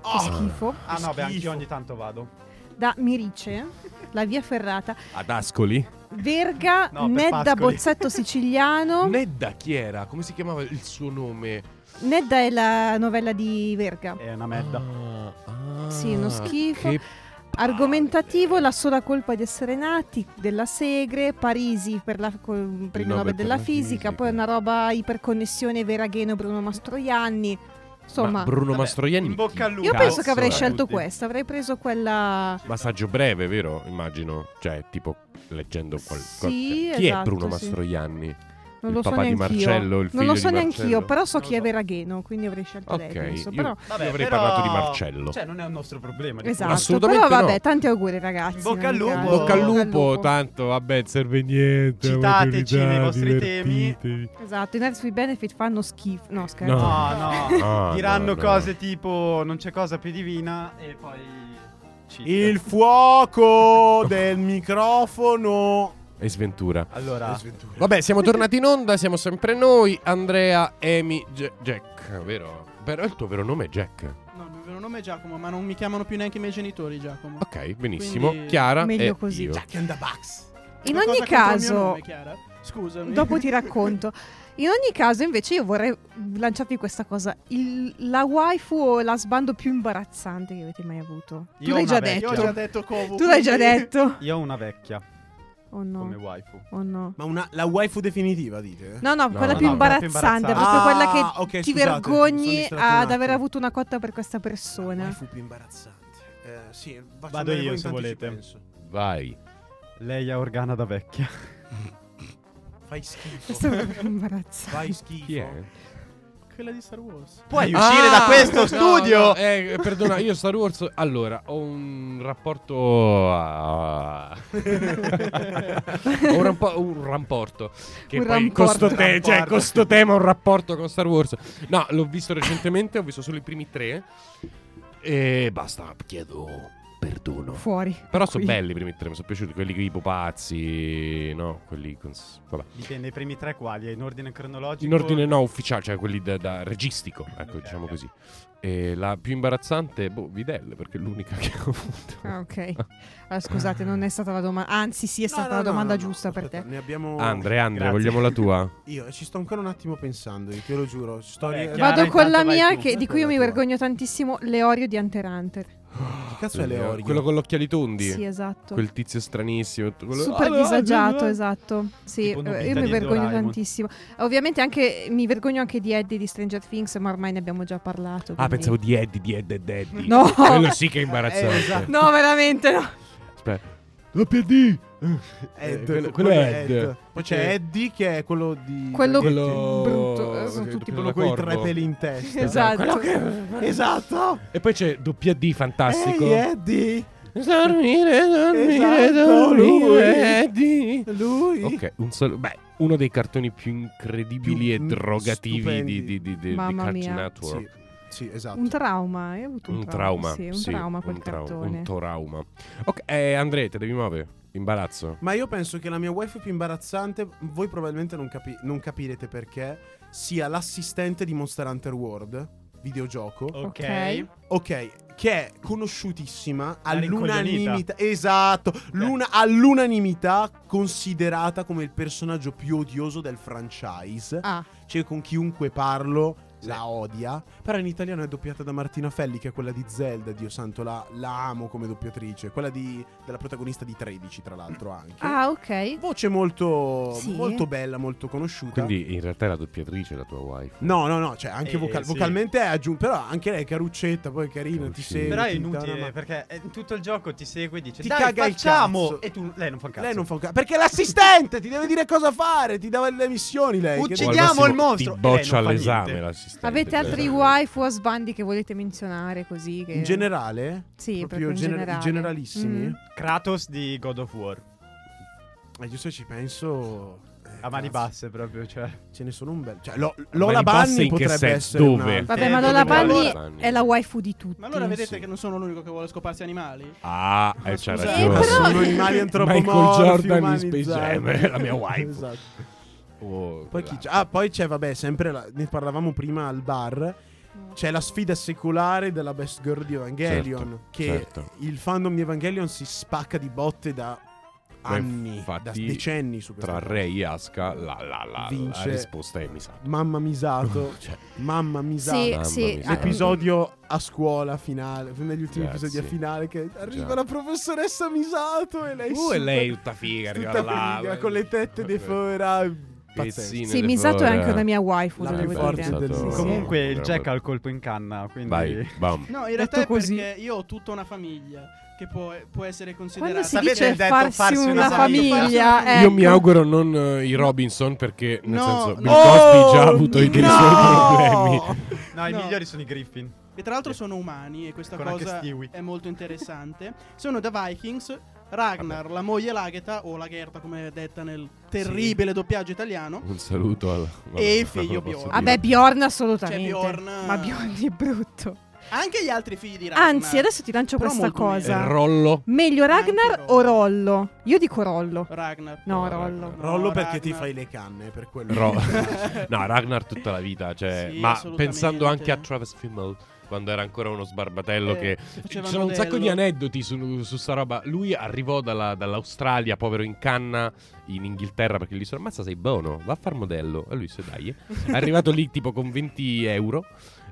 Che schifo.
Ah no, beh,
Schifo.
anche ogni tanto vado.
Da Mirice, la via ferrata.
Ad Ascoli.
Verga,
No, per
Nedda
Pascoli.
Bozzetto siciliano.
Nedda chi era? Come si chiamava il suo nome?
Nedda è la novella di Verga.
È una merda.
Ah, ah,
Sì, uno schifo.
che
Argomentativo,
palle.
la sola colpa di essere nati, della Segre, Parisi per la, col premio Nobel della fisica, poi una roba iperconnessione Veragheno, Bruno Mastroianni. Insomma,
Ma Bruno
Vabbè,
Mastroianni.
in bocca al
chi
lupo.
io penso
cazzo eh,
che avrei
è?
scelto
tutti.
questa, avrei preso quella...
Massaggio breve, vero? Immagino. Cioè, tipo leggendo qual- qual-
Sì,
Chi è
esatto,
Bruno
sì.
Mastroianni?
Non
Il
lo so
papà di
neanch'io.
Marcello, il
non lo
figlio
so
di
neanch'io,
Marcello.
però so
Non
chi è
lo so.
Veragheno, quindi avrei scelto
Ok,
lei, penso.
io-
Però...
Io avrei parlato di Marcello.
Cioè, non è un nostro problema. di
Esatto,
assolutamente
però vabbè,
no.
tanti auguri ragazzi.
In bocca
ogni
al lupo.
caso.
In
Bocca al
Bocca
lupo, tanto vabbè, serve niente.
Citateci
maturità,
nei vostri
divertitevi.
Esatto, i Nerds with Benefit fanno schifo. No, scherzo.
cui-
No.
No, no.
Ah,
Diranno
no, no.
cose tipo non c'è cosa più divina e poi cheat.
Il fuoco del microfono. Ah.
E sventura.
Allora,
Vabbè, siamo tornati in onda, siamo sempre noi, Andrea, Amy, Ge- Jack, vero? Però il tuo vero nome è Jack.
Ah, No, il mio vero nome è Giacomo, ma non mi chiamano più neanche i miei genitori Giacomo.
Ok, benissimo.
Quindi-
Chiara
Meglio
e
così.
io.
Jack and the Bucks.
In
Una
ogni
cosa contro il mio
caso,
nome, Chiara. Scusami.
dopo ti racconto. In ogni caso, invece, io vorrei lanciarvi questa cosa: Il- la waifu o la sbando più imbarazzante che avete mai avuto. Tu
Io
l'hai
una
già
vecchia.
Io
detto.
ho già detto Kovu.
tu l'hai già
quindi-
detto.
io ho una vecchia
Oh
come
no.
waifu.
Oh no.
Ma una, la waifu definitiva, dite?
No, no,
No,
quella
no,
più
no,
imbarazzante,
proprio
proprio quella
imbarazzante.
che
Ah, ok,
ti
scusate, mi sono
vergogni
distratto un
ad aver
attimo.
avuto una cotta per questa
La
persona.
waifu più imbarazzante. Eh, sì, faccio
Vado
andare
io,
voi,
se
intanto ci
volete.
penso.
Vai.
Lei è organa da vecchia.
Fai schifo.
Questa è proprio imbarazzante.
Fai schifo.
Chi è?
Quella di Star Wars.
Puoi uscire da questo studio?
Ah! no, eh, perdona, io Star Wars. Allora, ho un rapporto. a- ho un, rampo- un rapporto. Che
Un
poi
ramporto.
con sto te-
Ramporto.
cioè, con sto tema, un rapporto con Star Wars. No, l'ho visto recentemente, ho visto solo i primi tre. E basta, chiedo perdono.
Fuori.
Però sono
Qui.
belli i primi tre, mi sono piaciuti. Quelli con i pupazzi, no? Quelli con. s- Vabbè.
Dipende i primi tre quali, è in ordine cronologico.
In ordine no ufficiale, cioè quelli da, da registico, ecco,
Ok,
diciamo
ok.
così. E la più imbarazzante, boh, Videl, perché è l'unica che ho avuto.
Ah, ok. Allora, scusate, non è stata la domanda. Anzi, sì, è
No,
stata
no,
la
no,
domanda
no, no,
giusta per
aspetta,
te.
Ne abbiamo
Andre, Andre,
Grazie.
vogliamo la tua?
Io ci sto ancora un attimo pensando, io te lo giuro. ci Sto
Vabbè,
ri-
Chiara,
Vado con la
intanto vai
mia,
tu.
che- di cui io mi vergogno tantissimo, Leorio di Hunter x Hunter.
Che cazzo è Leorio?
Eh, Quello con gli occhiali tondi.
Sì, esatto.
Quel tizio stranissimo. tutto quello-
Super
Ah, no,
disagiato,
no, no.
esatto. Sì,
Tipo Nobita
eh, io mi
di
vergogno
Doraemon.
tantissimo. Ovviamente anche mi vergogno anche di Eddie di Stranger Things, ma ormai ne abbiamo già parlato.
Ah,
quindi-
pensavo di Eddie, di Ed ed Eddie.
No.
Quello sì che è imbarazzante.
Eh, esatto.
No, veramente no.
Aspetta. La PD.
Ed,
Eh, quello-
quello
quello
è
Ed.
Ed. Poi c'è
Perché-
Eddie che è quello di...
Quello
Quello-
brutto. eh, Sono
quello-
tutti
Quello con i tre
Corvo.
peli in testa.
Esatto.
Quello che-
Esatto.
E poi c'è doppia D fantastico.
Ehi Eddie.
Dormire, dormire,
Esatto, lui.
dormire, Eddie.
Lui.
Ok, un solo- beh, uno dei cartoni più incredibili
Più,
e
mm,
drogativi
stupendi.
di, di, di, di- di
Mamma
Cartoon
mia.
Network.
Sì, sì, esatto.
Un trauma, hai avuto un,
Un trauma,
Sì, un
sì,
trauma quel
un trau-
cartone.
Un trauma. Ok, eh, Andrea, te devi muovere. Imbarazzo.
Ma io penso che la mia wife più imbarazzante, voi probabilmente non, capi- non capirete perché, sia l'assistente di Monster Hunter World, videogioco.
Ok.
Ok.
Ok, che è conosciutissima
La rincoglionita.
all'unanimità. Esatto, l'una- all'unanimità considerata come il personaggio più odioso del franchise.
Ah,
Cioè, con chiunque parlo la odia. Però in italiano è doppiata da Martina Felli, che è quella di Zelda, Dio santo, la, la amo come doppiatrice. Quella di- della protagonista di 13, tra l'altro, anche.
Ah, ok.
Voce molto,
Sì.
molto bella, molto conosciuta.
Quindi in realtà è la doppiatrice la tua wife.
No, no, no, cioè anche
Eh,
vocal-
sì.
vocalmente è aggiunto, però anche lei è caruccetta, poi è carina, ti
Caruccina.
segue.
Però è
ti intona,
inutile
ma-
perché eh, tutto il gioco ti segue e dice
Ti
Dai,
caga il
facciamo!
cazzo.
E tu, lei non fa un cazzo.
Lei non fa un cazzo. Perché è l'assistente ti deve dire cosa fare, ti dà le missioni lei. che-
O al
Uccidiamo
massimo
il mostro!
Ti
Eh,
E lei
boccia
non fa
all'esame
niente.
l'assistente.
Avete altri
Esatto.
wife o sbandi che volete menzionare così? Che...
In generale?
Sì,
proprio
proprio in
gener-
generale.
generalissimi.
Mm.
Kratos di God of War.
Ma io se Eh, ci penso... eh,
A mani
cazzo,
basse proprio, cioè.
Ce ne sono un bel... Cioè, Lo- Lola
mani basse
Bunny
in che
potrebbe
senso?
essere
Dove?
un'altra.
Vabbè,
Eh,
ma
dove
Lola
vuoi?
Bunny
Allora-
è la waifu di tutti.
Ma allora vedete
sì.
che non sono l'unico che vuole scoparsi animali?
Ah, eh, c'ha
Scusa.
ragione.
Eh, però-
Sono animali antropomorfi
Michael Jordan in
umanizzati.
Space Jam, è la mia wife.
Esatto.
Oh,
Poi, chi c'è? Ah, poi c'è, vabbè, sempre la- ne parlavamo prima al bar. C'è la sfida secolare della Best Girl di Evangelion.
Certo,
che
certo.
il fandom di Evangelion si spacca di botte da
Beh,
anni, da
infatti,
decenni su questa
Tra
cosa.
Re e Asuka la, la, la,
Vince-
la risposta è Misato.
Mamma Misato,
Cioè,
mamma Misato.
Sì, eh,
Mamma
sì.
mia.
L'episodio a scuola finale, negli ultimi
Grazie.
episodi a finale, che arriva
Già.
la professoressa Misato e lei...
Uh,
super-
e lei tutta figa, arriva
Eh, tutta
là, eh.
figa,
beh.
con le tette dei fuori. Pazzesco.
Pezzine
Sì,
di
Misato è
flora.
anche una mia waifu,
La
lo
più
devo
forte
dire.
del-
Sì, sì.
Comunque il
Bravo.
Jack ha il colpo in canna, quindi...
Vai, bam.
No, in
Detto
realtà è
così-
perché io ho tutta una famiglia che può, può essere
Quando
considerata...
si
Sapete
dice
il detto
farsi,
farsi
una
una
famiglia,
famiglia?
ecco.
Io mi auguro non eh, i Robinson perché nel
No,
senso Bill
no.
Cosby già ha avuto i dei suoi problemi.
No, i
No.
migliori sono i Griffin.
E tra l'altro sono umani e questa
Con anche
cosa
Stewie.
è molto interessante. sono The Vikings, Ragnar, la moglie Lagheta, o Lagherta come è detta nel terribile doppiaggio italiano.
Un saluto al... vabbè,
E
non
figlio
lo
Bjorn.
posso dire.
Vabbè, Bjorn assolutamente.
C'è Bjorn.
Ma Bjorn è brutto.
Anche gli altri figli di Ragnar.
Anzi, adesso ti lancio
Però
questa
molto
cosa.
Eh, Rollo.
Meglio Ragnar
Anche Rollo.
o Rollo? Io dico Rollo.
Ragnar.
No,
No,
Rollo.
Ragnar.
Rollo perché ti
Ragnar. Eh,
fai le canne, per quello.
Ro- no, Ragnar tutta la vita, cioè,
Sì,
ma
assolutamente.
pensando anche a Travis Fimmel quando era ancora uno sbarbatello
Eh,
che
si
ci
faceva
C'erano un sacco di
modello.
aneddoti su, su sta roba.
lui arrivò dalla- dall'Australia, povero in canna, in Inghilterra perché gli dissero "Ammazza, sei buono, va a far modello". E lui se dai. eh. È arrivato lì tipo con 20 euro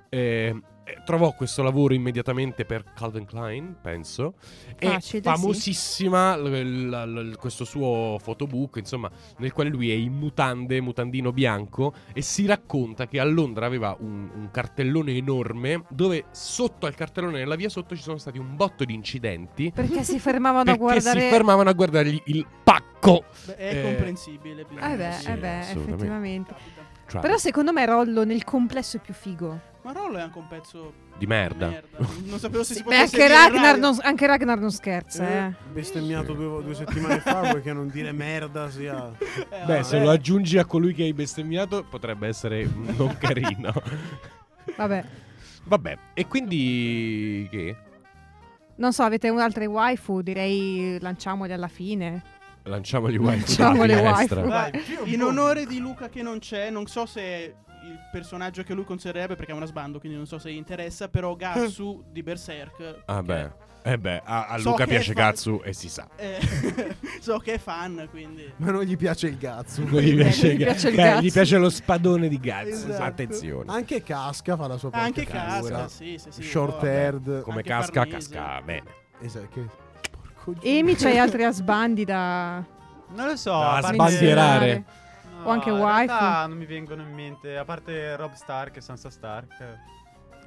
eh, e trovò questo lavoro immediatamente per Calvin Klein, penso.
Facile,
e famosissima l- l- l- questo suo photobook, insomma, nel quale lui è in mutande, mutandino bianco, e si racconta che a Londra aveva un, un cartellone enorme dove sotto al cartellone, nella via sotto, ci sono stati un botto di incidenti
Perché si fermavano a
perché
guardare.
si fermavano a guardargli il pacco.
Beh, è
Eh,
comprensibile.
Eh beh,
sì.
eh beh,
assolutamente.
effettivamente.
Capita.
Ah.
Cioè,
Però secondo me Rollo nel complesso è più figo.
Ma Rollo è anche un pezzo
di
di
merda.
merda. Non sapevo se si
Beh,
potesse
anche
dire in
Ragnar,
radio.
non, anche Ragnar non scherza, eh.
Bestemmiato
Sì.
due, due settimane fa perché non dire merda sia...
Eh,
Beh,
vabbè.
se lo aggiungi a colui che hai bestemmiato,
Potrebbe essere non carino.
Vabbè.
Vabbè, e quindi che?
Non so, avete un'altra waifu? Direi lanciamoli alla fine.
Lanciamo gli wifi
Lanciamo
dalla
le
finestra.
waifu.
Vai. Ah, In onore di Luca che non c'è, non so se è il personaggio che lui considererebbe perché è una sbando, quindi non so se gli interessa, però Gatsu di Berserk.
Ah
che-
beh. Eh beh, a, a
So
Luca
che
piace
fa-
Katsu e si sa.
eh, so che è fan, quindi...
Ma non gli piace il cazzo.
non gli piace,
gli
Ga-
piace il
eh,
Gats.
gli piace lo spadone di Gats.
Esatto.
Attenzione.
Anche Casca fa la sua propria
Anche
figura.
casca, sì, sì, sì.
Short
vabbè.
haired.
Come
anche
casca,
Farnese.
casca bene.
Esatto, che- Porco Dio.
Emi, c'hai altri asbandi da
Non lo so,
Da
a parte-
sbandierare.
No,
O anche
in
waifu.
realtà non mi vengono in mente, a parte Rob Stark e Sansa Stark.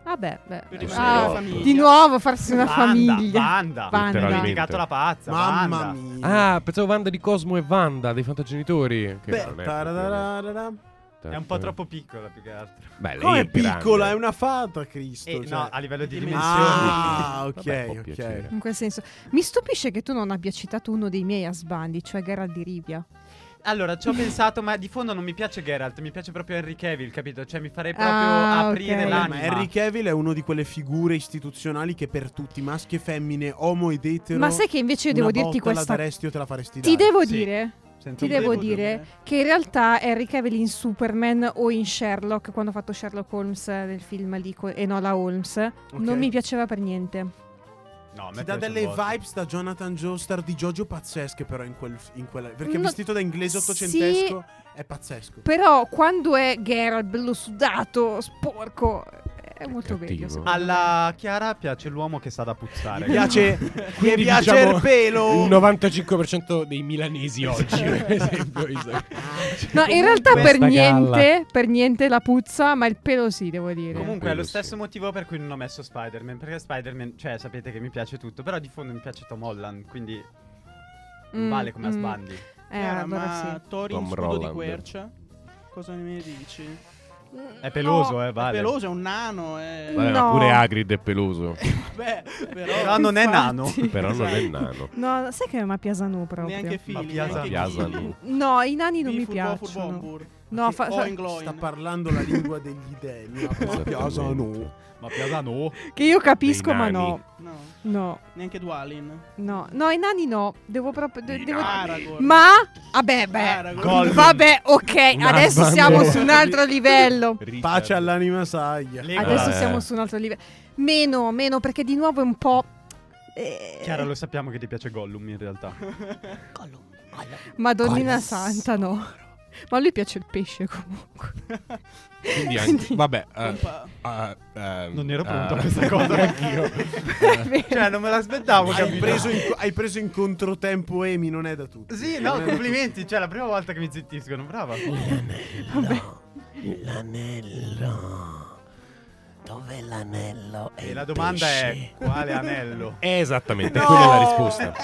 Vabbè, beh, beh.
Per
Sì,
rimanere
Ah,
la
no.
famiglia.
di nuovo farsi una
Wanda,
famiglia.
Wanda.
Wanda.
Mi ha
Letteralmente.
indicato la pazza,
Mamma
Wanda.
mia.
Ah, pensavo Wanda di Cosmo e Wanda dei Fantagenitori. Che
Beh,
non è
tarararara.
proprio-
È un po' troppo piccola più che altro.
Beh, lei
Come
è
è
grande.
piccola, è una fata, Cristo.
E,
cioè.
no, a livello di
Ah.
dimensioni.
ah, ok,
Vabbè, può
ok.
piacere.
In quel senso, mi stupisce che tu non abbia citato uno dei miei asbandi, cioè Geralt di Rivia.
Allora, ci ho pensato, ma di fondo non mi piace Geralt, mi piace proprio Henry Cavill, capito? Cioè, mi farei proprio
Ah,
aprire
ok.
l'anima.
Eh, Ma Henry Cavill è uno di quelle figure istituzionali che per tutti, maschi e femmine, homo ed etero.
Ma sai che invece io devo
una
dirti
botta la
questa
daresti o te la faresti
Ti
dare?
devo
Sì.
dire
Senza
Ti
un
devo
dubbio.
dire che in realtà Henry Cavill in Superman o in Sherlock, quando ho fatto Sherlock Holmes eh, nel film lì co- e Nola Holmes, non mi piaceva per niente.
No, a me
Ti dà
piace un
delle
botto.
vibes da Jonathan Joestar di Giorgio pazzesche però in quel, in quella- perché
No,
vestito da inglese
sì.
ottocentesco È pazzesco.
Però quando è Geralt bello sudato, sporco, è molto
Cattivo.
meglio. secondo me.
Alla Chiara piace l'uomo che sa da puzzare.
Mi piace, mi
Quindi,
piace
diciamo,
il pelo.
Il 95% dei milanesi oggi, per esempio. Isaac.
No, in realtà per
Questa
niente,
galla.
per niente la puzza, ma il pelo sì, devo dire.
Comunque è lo
Quello
stesso
sì.
motivo per cui non ho messo Spider-Man. Perché Spider-Man, cioè, sapete che mi piace tutto. Però di fondo mi piace Tom Holland. Quindi non
Mm,
vale come a
mm.
Sbandi.
Eh,
Chiara,
allora
ma
sì.
Thorin
Tom
scudo
Roland.
di quercia. Cosa ne dici? È
È peloso,
No,
eh, vale.
peloso, è un nano. È...
Vabbè, ma No.
pure
pure
Agrid è peloso,
Beh, però,
Però non è
Infatti.
nano.
però non
Esatto.
è nano.
eh.
No, sai che mi Piasano proprio?
neanche
Ma
figli.
Piasa-
neanche
Piasa
chili.
no.
No, i nani non mi
Furbo,
piacciono.
furbombur.
No, fa-
O
fa-
Ingloin.
Sta parlando la lingua degli dèi. Ma piasa
Esattamente.
no.
Ma Piazza no.
che io capisco,
Dei
ma
nani.
no.
No,
No,
neanche Dualin.
no, no, i nani no. Devo proprio. de-
I
devo-
nani.
Aragorn.
Ma vabbè,
Ah,
beh.
Aragorn.
Gol.
Vabbè, ok,
Un
adesso
husband.
siamo su un altro livello.
Pace
certo.
all'anima saglia.
Le-
Adesso
Eh.
siamo su un altro livello. Meno, meno, perché di nuovo è un po'. eh,
Chiara, lo sappiamo che ti piace Gollum in realtà.
Madonnina santa, no. Ma a lui piace il pesce comunque.
Quindi anche- vabbè, eh,
Pompa-
ah, ehm,
Non ero pronto a
ah,
questa cosa.
neanch'io.
È vero.
cioè, non me l'aspettavo.
Hai
capito?
preso, in, hai preso in controtempo Emi, non è da tutti.
Sì,
Non
no,
è da
complimenti. Cioè, è la prima volta che mi zittiscono. Brava.
L'anello. Dov'è l'anello?
E la domanda è: quale anello?
Eh, Esattamente, quella è la risposta.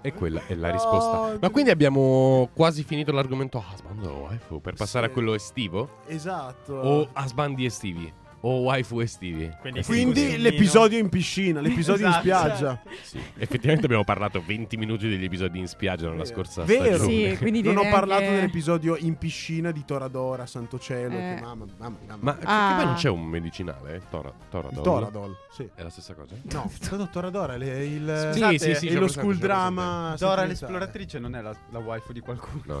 E quella è la risposta. Ma quindi abbiamo quasi finito l'argomento husband o waifu per passare
Sì.
a quello estivo?
tutti. Esatto.
O husbandi estivi? O waifu estivi?
Quindi-
Quindi
Sì.
l'episodio in piscina, l'episodio
Esatto.
in spiaggia.
Sì. Effettivamente abbiamo parlato 20 minuti degli episodi in spiaggia nella scorsa
Vero.
stagione.
Sì, quindi
Non ho
direi
parlato
anche-
dell'episodio in piscina di Toradora, Sant'Oceano.
Eh.
Che mamma, mamma, mamma.
Ma che-
Ah.
che poi non c'è un medicinale? eh? Tora,
il
toradol.
Toradol, sì.
È la stessa cosa?
No, credo Toradora, le- il,
Sì, sì, sì,
è
c'ho
lo
presente,
school
c'ho
drama.
Dora
satirizzale.
l'esploratrice non è la, la waifu di qualcuno.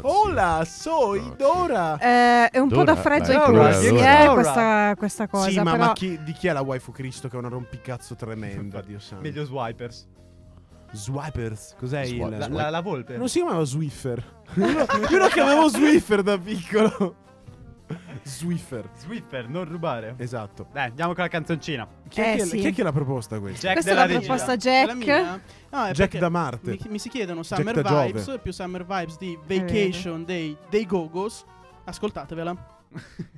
No, sì.
Hola, soy
No, sì.
Dora.
Eh, è un po'
Dora,
da fregio
dai,
ai
Dora,
corsi,
Dora.
eh, questa, questa cosa.
sì, ma,
però...
ma chi- di chi è la waifu Cristo che è una rompicazzo tremenda, Dio santo.
Meglio Swipers.
Swipers, cos'è
Swi-
il...
La, la, la volpe.
Non si chiamava Swiffer. Io, io lo chiamavo Swiffer da piccolo. Swiffer,
Swiffer, non rubare.
esatto.
Dai, andiamo con la canzoncina.
Chi è,
Eh,
che,
sì.
chi è che l'ha proposta questa?
Jack
questa è
della
la
regia.
proposta
La
Jack.
mia? No, è
Jack
eh, perché
da Marte.
Mi, mi si chiedono
Jack
Summer
da Giove.
Vibes più Summer Vibes di Vacation dei, dei Gogos. Ascoltatevela.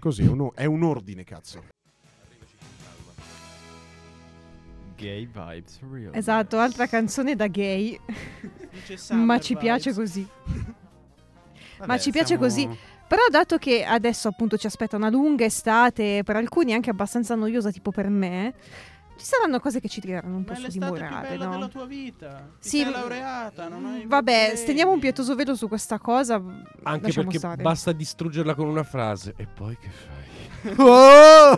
Così, è un, è un ordine, cazzo.
Gay vibes real.
Esatto, altra canzone da gay,
Dice
Esatto,
Summer
ma ci piace
Vibes.
così.
Vabbè,
ma ci piace
siamo-
così. Però dato che adesso appunto ci aspetta una lunga estate, per alcuni anche abbastanza noiosa tipo per me, ci saranno cose che ci tireranno un po'
Ma è
su di
l'estate più
morale,
bella
no?
della tua vita. Ti
Sì,
sei laureata. Non hai
Vabbè,
problemi.
steniamo un pietoso velo su questa cosa.
Anche
lasciamo
perché
stare.
basta distruggerla con una frase. E poi che fai?
Oh!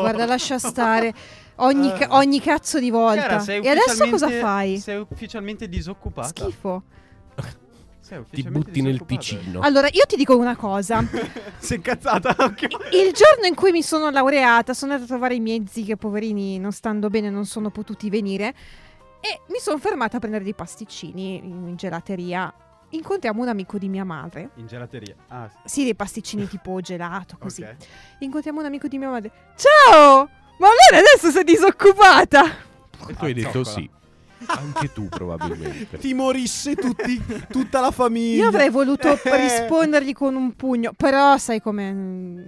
Guarda, lascia stare. Ogni,
Eh.
ca- ogni cazzo di volta.
Chiara, sei
e adesso cosa
ufficialmente-
fai?
Sei ufficialmente disoccupata.
Schifo.
Sei
Ti
ufficialmente
butti nel
disoccupata.
Ticino.
Allora, io ti dico una cosa.
Sei incazzata. ok.
Il giorno in cui mi sono laureata, sono andata a trovare i miei zii che poverini non stando bene non sono potuti venire e mi sono fermata a prendere dei pasticcini in gelateria. Incontriamo un amico di mia madre.
In gelateria. Ah, sì.
Sì, dei pasticcini tipo gelato, così.
ok.
Incontriamo un amico di mia madre. Ciao! Ma allora adesso sei disoccupata?
E tu hai detto
Azzoccola.
sì. Anche tu probabilmente.
Ti morisse tutti, tutta la famiglia.
Io avrei voluto rispondergli con un pugno, però sai com'è. mm,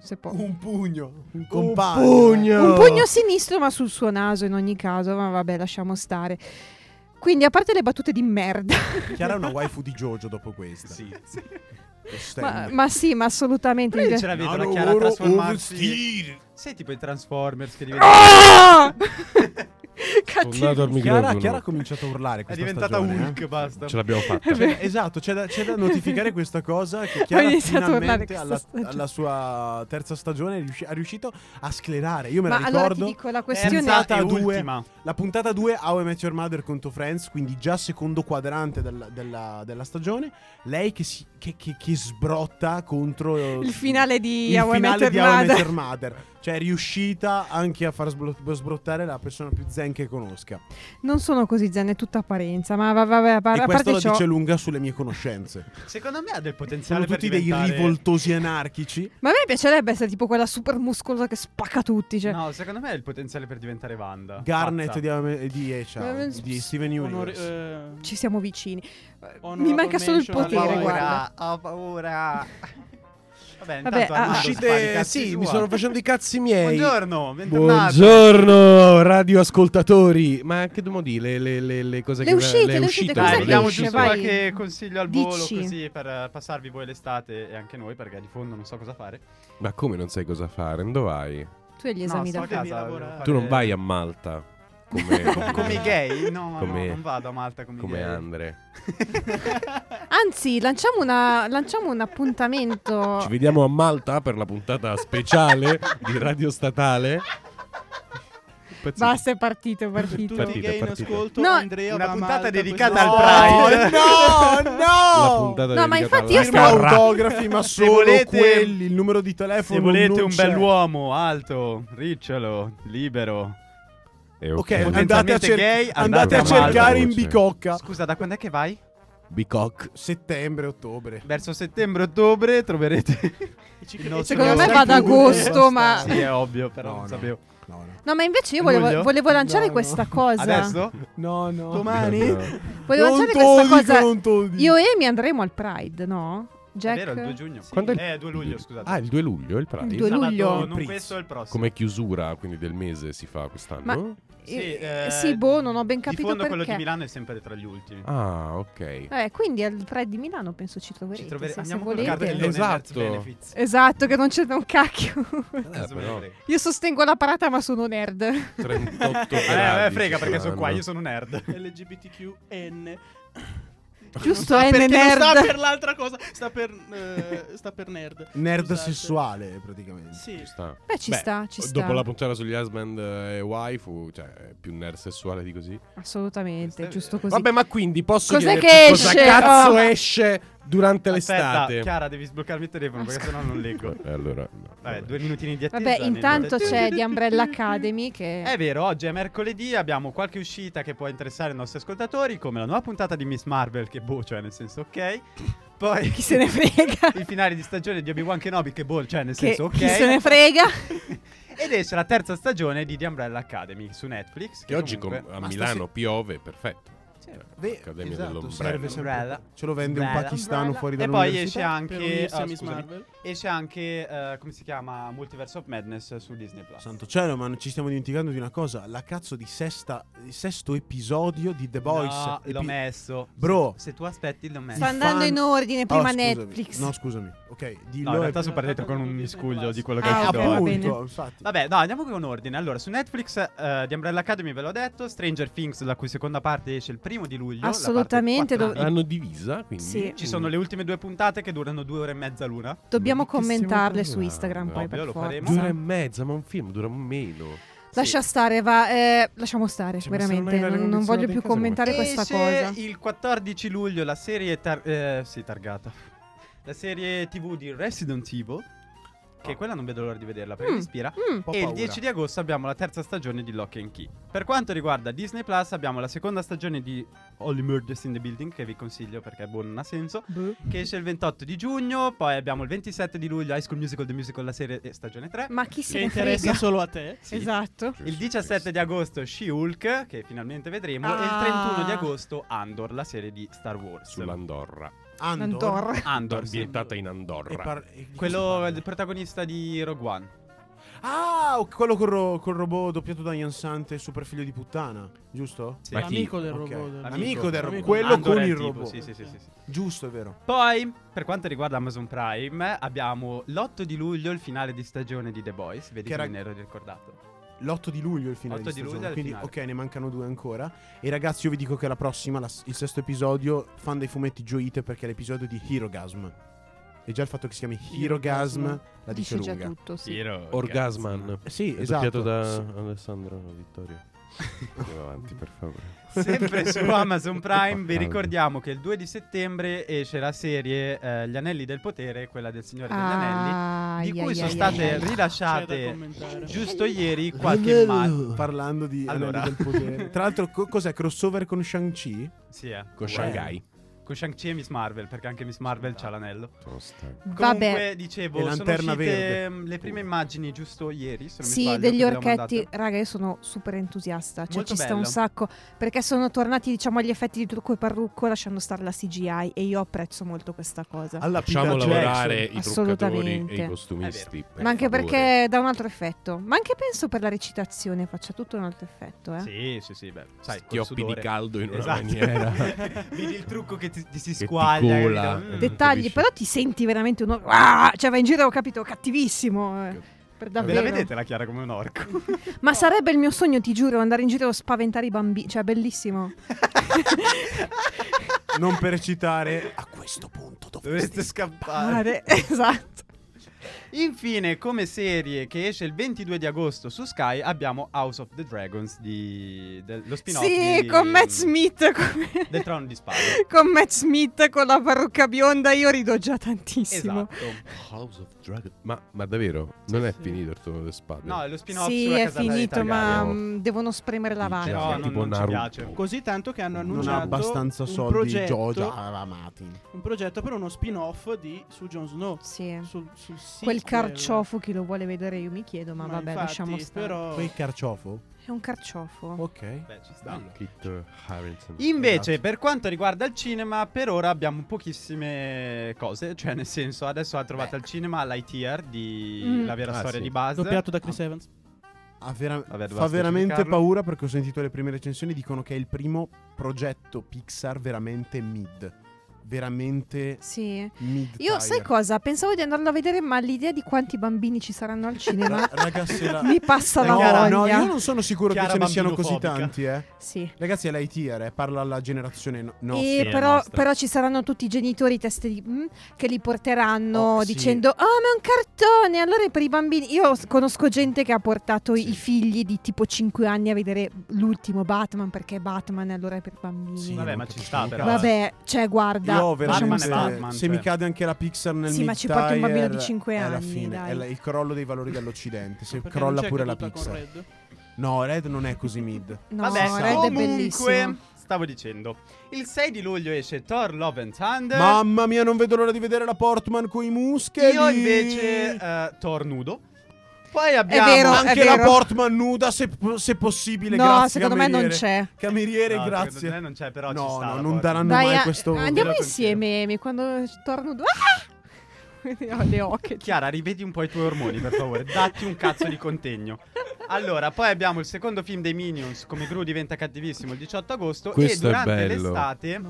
Se può.
Un pugno, un compagno.
Un pugno sinistro, ma sul suo naso in ogni caso. Ma vabbè, lasciamo stare. Quindi, a parte le battute di merda,
Chiara è una waifu di Jojo dopo questa.
Sì.
Lo
ma,
stand.
ma sì, ma assolutamente. Cioè
Io
Mi
ce la
piace-
vedo la
Allora,
Chiara trasformarsi.
Oversteer.
Sei tipo i Transformers che diventano.
Ah!
Tornato
Cattivo.
al
Chiara,
microfono.
Chiara ha cominciato a urlare
È
questa
diventata
stagione,
Hulk,
eh.
basta.
Ce l'abbiamo fatta.
È vero.
Esatto, c'è da, c'è da notificare questa cosa che Chiara
iniziato a urlare
finalmente
questa
alla,
stagione.
alla sua terza stagione è riusci- è riuscito a sclerare. Io me
Ma
la
allora ti
ricordo
dico la
Terza
questione.
Terza
e
a due.
ultima.
la puntata 2 How I Met Your Mother contro Friends, quindi già secondo quadrante del- della, della stagione, lei che, si- che- che- che sbrotta contro
Il finale di
il
How I Met
finale
Your
di How I Met
Mother.
Your Mother. Cioè è riuscita anche a far sblo- sbrottare la persona più zen ben che conosca.
Non sono così zen, è tutta apparenza. Ma va- vabbè, a par-
e
a
questo
parte
la
ciò,
dice lunga sulle mie conoscenze.
Secondo me ha del potenziale
Sono tutti
per diventare...
dei rivoltosi anarchici.
ma a me piacerebbe essere tipo quella super muscolosa che spacca tutti. Cioè.
No, secondo me ha il potenziale per diventare Wanda.
Garnet
Pazza.
di, Ame- di, eh, ciao,
Eh,
di Steven
Onore-
Universe.
eh,
Ci siamo vicini.
Honorable
Mi manca solo il
mention alla
Ho
potere,
Laura.
guarda.
paura, ho paura. Vabbè,
Vabbè,
intanto
ah,
Armando
uscite-
spara i cazzi
sì,
suoi.
mi sono facendo i cazzi miei.
Buongiorno, bentornato.
Buongiorno, radioascoltatori. Ma che dobbiamo dire? Le, le- le- le cose
Le
che
uscite, le uscite,
Dai,
Cos'è che
vediamo
esce?
giusto
Vai.
qualche consiglio al volo
Dici.
così per eh, passarvi voi l'estate e anche noi perché di fondo non so cosa fare.
Ma come non sai cosa fare? Dove vai?
Tu hai gli
No,
esami
sto
da
a
fare.
casa,
Devi
devo
Tu non
fare-
vai a Malta come,
Com- Eh. come i gay? No,
Come-
no, non vado a Malta come, i
come
gay.
Andre.
Anzi, lanciamo, una- lanciamo un appuntamento.
Ci vediamo a Malta per la puntata speciale di Radio Statale. Impazzito.
Basta, è partito, è partito.
Tutti
Partita,
gay in
partita.
ascolto,
No,
Andrea
Una
va a
puntata
Malta
dedicata
quest'anno.
al Pride.
No,
La
no!
puntata
No, ma
dedicata
infatti io
alla
Firma
stavo-
Carra-
autografi, ma
Se
solo
volete-
quelli. Il numero di telefono.
Se volete
non
un
c'è.
bell'uomo alto, ricciolo, libero.
Eh,
Ok,
ok.
andate a,
Potenzialmente
cer-
gay,
andate
andate
a
a Malta,
cercare in
voce.
bicocca.
Scusa, da quando è che vai?
Bicoc.
Settembre, ottobre.
Verso settembre-ottobre troverete.
Ci
Il
credo.
nostro-
Secondo me
Sì,
va ad
Sempre
agosto,
un-
ma...
Sì, eh. è ovvio, però
No,
non
no.
sapevo.
No, no.
No, ma invece io volevo,
Luglio?
volevo lanciare
No, no.
questa cosa.
Adesso?
No, no.
No, no.
Volevo
non
lanciare
te lo
questa
dico,
cosa.
non te lo dico.
Io e Amy andremo al Pride, no?
È
Jack?
vero, il 2 giugno.
Quando è il-
Eh, 2 luglio, scusate.
Ah, il 2 luglio, il Pride.
Il 2
Sabato,
luglio.
Non questo è il prossimo.
Come chiusura, quindi del mese si fa quest'anno?
Sì,
Eh,
eh,
sì, boh, non ho ben
Di
capito
fondo quello di
perché.
Milano è sempre tra gli ultimi.
Ah, ok.
Eh, quindi al Pride di Milano penso ci troverete,
Ci troveremo.
se,
Andiamo
se
con il
volete.
cartellone
Esatto.
Health Benefits.
Esatto, che non c'è un cacchio.
Adesso me ne
però-
frega.
Io sostengo la parata, ma sono nerd.
38
Eh, eh,
gradi
frega
ci
perché sono qua,
saranno.
io sono un nerd.
LGBTQN.
Giusto,
Sta
è
perché non sta per
nerd.
l'altra cosa, sta per, eh, sta per nerd.
Nerd
Scusate.
Esatto.
sessuale, praticamente.
Sì.
Ci sta.
Beh, ci
Beh,
sta, ci sta.
Dopo la puntata sugli husband eh, e waifu, cioè, è più nerd sessuale di così.
Assolutamente, giusto
eh.
così.
Vabbè, ma quindi posso
Cos'è
chiederti
che
cosa
esce?
cazzo
Oh.
esce durante
Aspetta,
l'estate?
Chiara, devi sbloccarmi il telefono perché sennò non leggo.
Eh, allora, no,
Vabbè,
vabbè.
due minutini di attesa.
Vabbè,
nel-
intanto c'è di Umbrella Academy che...
È vero, oggi è mercoledì, abbiamo qualche uscita che può interessare i nostri ascoltatori, come la nuova puntata di Miss Marvel, che boh, cioè nel senso ok. Poi
Chi se ne frega?
il finale di stagione di Obi-Wan Kenobi, che boh, cioè nel
Che,
senso ok.
Chi se ne frega?
Ed esce la terza stagione di The Umbrella Academy su Netflix.
Che oggi
comunque-
com- ah, a
ma
Milano piove, perfetto. Cioè,
Sì,
Beh,
Accademia
esatto,
dell'Ombrella.
serve sempre.
Umbrella.
Ce lo vende un
Umbrella.
pakistano
Umbrella.
fuori
E poi esce
dall'università.
Per
anche,
unirsi a
ah,
Miss
scusami.
Marvel.
esce anche eh, come si chiama Multiverse of Madness su Disney Plus.
Santo cielo, ma ci stiamo dimenticando di una cosa. La cazzo di sesta, di sesto episodio di The Boys.
No, l'ho
Epi-
messo.
Bro.
Se, se tu aspetti, l'ho messo.
Sta andando
fan-
in ordine,
Oh,
prima
scusami.
Netflix.
No, scusami. Ok, dillo.
No, in realtà
eh,
sono partito con un miscuglio di quello che
Ah,
è
ok, va
uscito oggi.
bene.
appunto, infatti.
Vabbè, no, andiamo con ordine. Allora, su Netflix eh, di Umbrella Academy ve l'ho detto, Stranger Things, la cui seconda parte esce il primo di luglio. la parte
Assolutamente,
quattro.
dov-
L'hanno divisa, quindi.
Sì.
Ci sono le ultime due puntate che durano due ore e mezza l'una.
Dobbiamo
Ma di che stiamo
commentarle su
parlando?
Instagram poi
Ovvio,
per
lo
forza.
faremo.
Dura e mezza, ma un film dura meno.
Lascia stare, va, eh, lasciamo stare,
Cioè, ma se
veramente.
non hai l'aria
Non, non voglio
condizionata in
più
casa,
commentare questa
Esce
cosa.
Il 14 luglio la serie tar- eh, sì, targata. La serie TV di Resident Evil che quella non vedo l'ora di vederla perché
Mm.
mi ispira.
Mm,
po'
E il
paura.
10 di agosto abbiamo la terza stagione di Lock and Key. Per quanto riguarda Disney Plus, abbiamo la seconda stagione di All the Murders in the Building, che vi consiglio perché è buono, non ha senso.
Boh.
Che esce il 28 di giugno, poi abbiamo il 27 di luglio High School Musical, The Musical, la serie eh, stagione 3.
Ma chi
Che
se ne
interessa
frega?
solo a te.
Sì.
Esatto.
Giusto,
Il 17
giusto.
di agosto She-Hulk, che finalmente vedremo, e il
Ah.
31 di agosto Andor, la serie di Star Wars.
Sull'Andorra.
Andor.
Andorra.
Andor, sì.
Ambientata in
E
Andorra.
par- e di cosa
Quello
parla?
è il protagonista di Rogue One.
Ah, ok, quello col, ro- col robot doppiato da Ian Sante, super figlio di puttana, giusto?
Sì.
Ma chi?
Amico del
Ok.
robot.
Amico del
Amico.
robot. Quello
Andor
con
è
il
tipo,
robot.
Sì, sì, sì, sì, sì.
Giusto, è vero.
Poi, per quanto riguarda Amazon Prime, abbiamo l'8 di luglio il finale di stagione di The Boys. Vedi
Che
che,
era-
me ne ero ricordato.
L'8 di luglio è il finale
8
di
di luglio
stagione,
è il
quindi
finale.
ok, ne mancano due ancora. E ragazzi, io vi dico che la prossima, la s- il sesto episodio, fan dei fumetti gioite perché è l'episodio di Herogasm. E già il fatto che si chiami Hirogasm la dice
Dice già
lunga.
tutto, sì.
Orgasman.
Sì,
È
esatto.
doppiato da
Sì.
Alessandro Vittorio. Andiamo avanti, per favore.
Sempre su Amazon Prime vi ricordiamo che il 2 di settembre esce la serie eh, Gli Anelli del Potere, quella del Signore degli Anelli,
Ah,
di
ai,
cui
ai,
sono
ai,
state
ai.
C'è da
rilasciate
commentare.
giusto ieri qualche immagine.
Parlando di
Allora.
Anelli del Potere. Tra l'altro, co- cos'è? Crossover con Shang-Chi?
Sì, eh.
Con Shanghai.
Con Shang-Chi e Miss Marvel, perché anche Miss Marvel c'ha l'anello.
Vabbè,
Comunque, dicevo,
E
sono
Lanterna
uscite
Verde.
mh, le prime immagini giusto ieri, se non mi
sì,
sbaglio, che
degli
ve le ho
orchetti,
mandate.
raga, io sono super entusiasta, cioè
Molto
ci sta un
bello.
sacco, perché sono tornati diciamo agli effetti di trucco e parrucco lasciando stare la CGI e io apprezzo molto questa cosa.
Alla
Facciamo
Peter
lavorare
Jackson.
i truccatori e
Assolutamente.
i costumisti. per
Ma anche
favore.
perché dà un altro effetto, ma anche penso per la recitazione faccia tutto un altro effetto, eh.
Sì, mm, sì, sì, beh, sai, col
Schioppi di
sudore.
caldo in una
Esatto.
maniera.
Vedi il trucco che ti, ti si
Che ti
squaglia. e
cola.
vedi-
Mm.
Dettagli,
capisci.
però ti senti veramente uno Ah! cioè vai in giro, ho capito, cattivissimo. eh. Per
Ve la
davvero.
vedete la Chiara come un orco?
Ma sarebbe il mio sogno, ti giuro, andare in giro a spaventare i bambini, cioè bellissimo.
Non per citare, a questo punto dovreste
Dovreste
Pare-
scappare.
esatto.
Infine, come serie che esce il 22 di agosto su Sky, abbiamo House of the Dragons, di, del- lo spin-off
Sì,
di-
con Matt Smith come-
del Trono di Spade.
con Matt Smith con la parrucca bionda io rido già tantissimo.
Esatto.
House of Dragon. Ma, ma davvero? Non è
sì.
finito il trono delle spade?
No, è lo spin-off
Sì,
sulla
è
casata dei
finito, ma
Targaryen.
mm, devono spremere la
Già,
vacca.
No, non-
Cioè, tipo
non ci
Naruto.
piace.
Così tanto che hanno
Non
annunciato
ha abbastanza
un
soldi
progetto,
Jojo Martin.
un progetto per uno spin-off di su Jon Snow.
Sì.
Sul, sul sequel.
Quel carciofo chi lo vuole vedere io mi chiedo, ma, vabbè,
infatti,
lasciamo stare.
Però
Poi carciofo?
È un carciofo.
Ok.
Beh, ci sta.
Kit Harington.
Invece,
Esatto.
per quanto riguarda il cinema, per ora abbiamo pochissime cose. Cioè, nel senso, adesso ha trovato al cinema Lightyear di
Mm.
La vera
Ah,
storia
sì.
di Buzz.
doppiato da Chris
Ah,
Evans.
Ha vera-
Vabbè,
fa
basta
veramente
giudicarlo.
paura perché ho sentito le prime recensioni dicono che è il primo progetto Pixar veramente mid. Veramente
Sì.
mid.
Io sai cosa? Pensavo di andarlo a vedere, ma l'idea di quanti bambini ci saranno al cinema
Ragazzi, la...
mi passa la
No, Chiara,
no,
voglia.
io non sono sicuro
Chiara
che ce ne siano così
bambinofobica.
tanti, eh.
Sì.
Ragazzi, è l'ITR, eh, parla alla generazione no- nostra.
e
sì, è
però,
nostra.
però ci saranno tutti i genitori teste di, mm, che li porteranno
Oh, sì.
dicendo ah ma è un cartone allora per i bambini io s- conosco gente che ha portato i figli di tipo 5 anni a vedere l'ultimo Batman perché Batman allora è per bambini
Sì,
Vabbè,
non
ma
capisco
ci sta,
un
però.
cazzo.
vabbè cioè guarda lasciamo
Io
Batman
veramente
e
stare.
Batman,
se
cioè.
mi cade anche la Pixar nel
Sì, ma ci porti un bambino di
mid-tier,
cinque
è la
anni,
fine,
dai.
È la- il crollo dei valori dell'Occidente. Se
Perché non
crolla
c'è
pure la
caduta
Pixar.
Con Red.
No, Red non è così mid.
no
Vabbè,
Red è
comunque,
bellissimo
stavo dicendo, il 6 di luglio esce Thor Love and Thunder.
Mamma mia, non vedo l'ora di vedere la Portman con i muscheli.
Io invece eh, Thor nudo. Poi abbiamo
vero,
anche
Anche la
vero.
Portman nuda, se, se possibile.
no
grazie,
secondo me non
cameriere.
c'è
Cameriere,
No,
grazie.
secondo me non c'è, però
no,
ci sta
no,
la
non
Portman.
daranno mai
a-
questo.
andiamo
Ve lo
insieme Emi, quando torno due ah! Ho le ocche
Chiara, rivedi un po' i tuoi ormoni, per favore. Datti un cazzo di contegno. Allora, poi abbiamo il secondo film dei Minions, come Gru diventa cattivissimo, il 18 agosto.
Questo
e
è
durante
bello.
l'estate...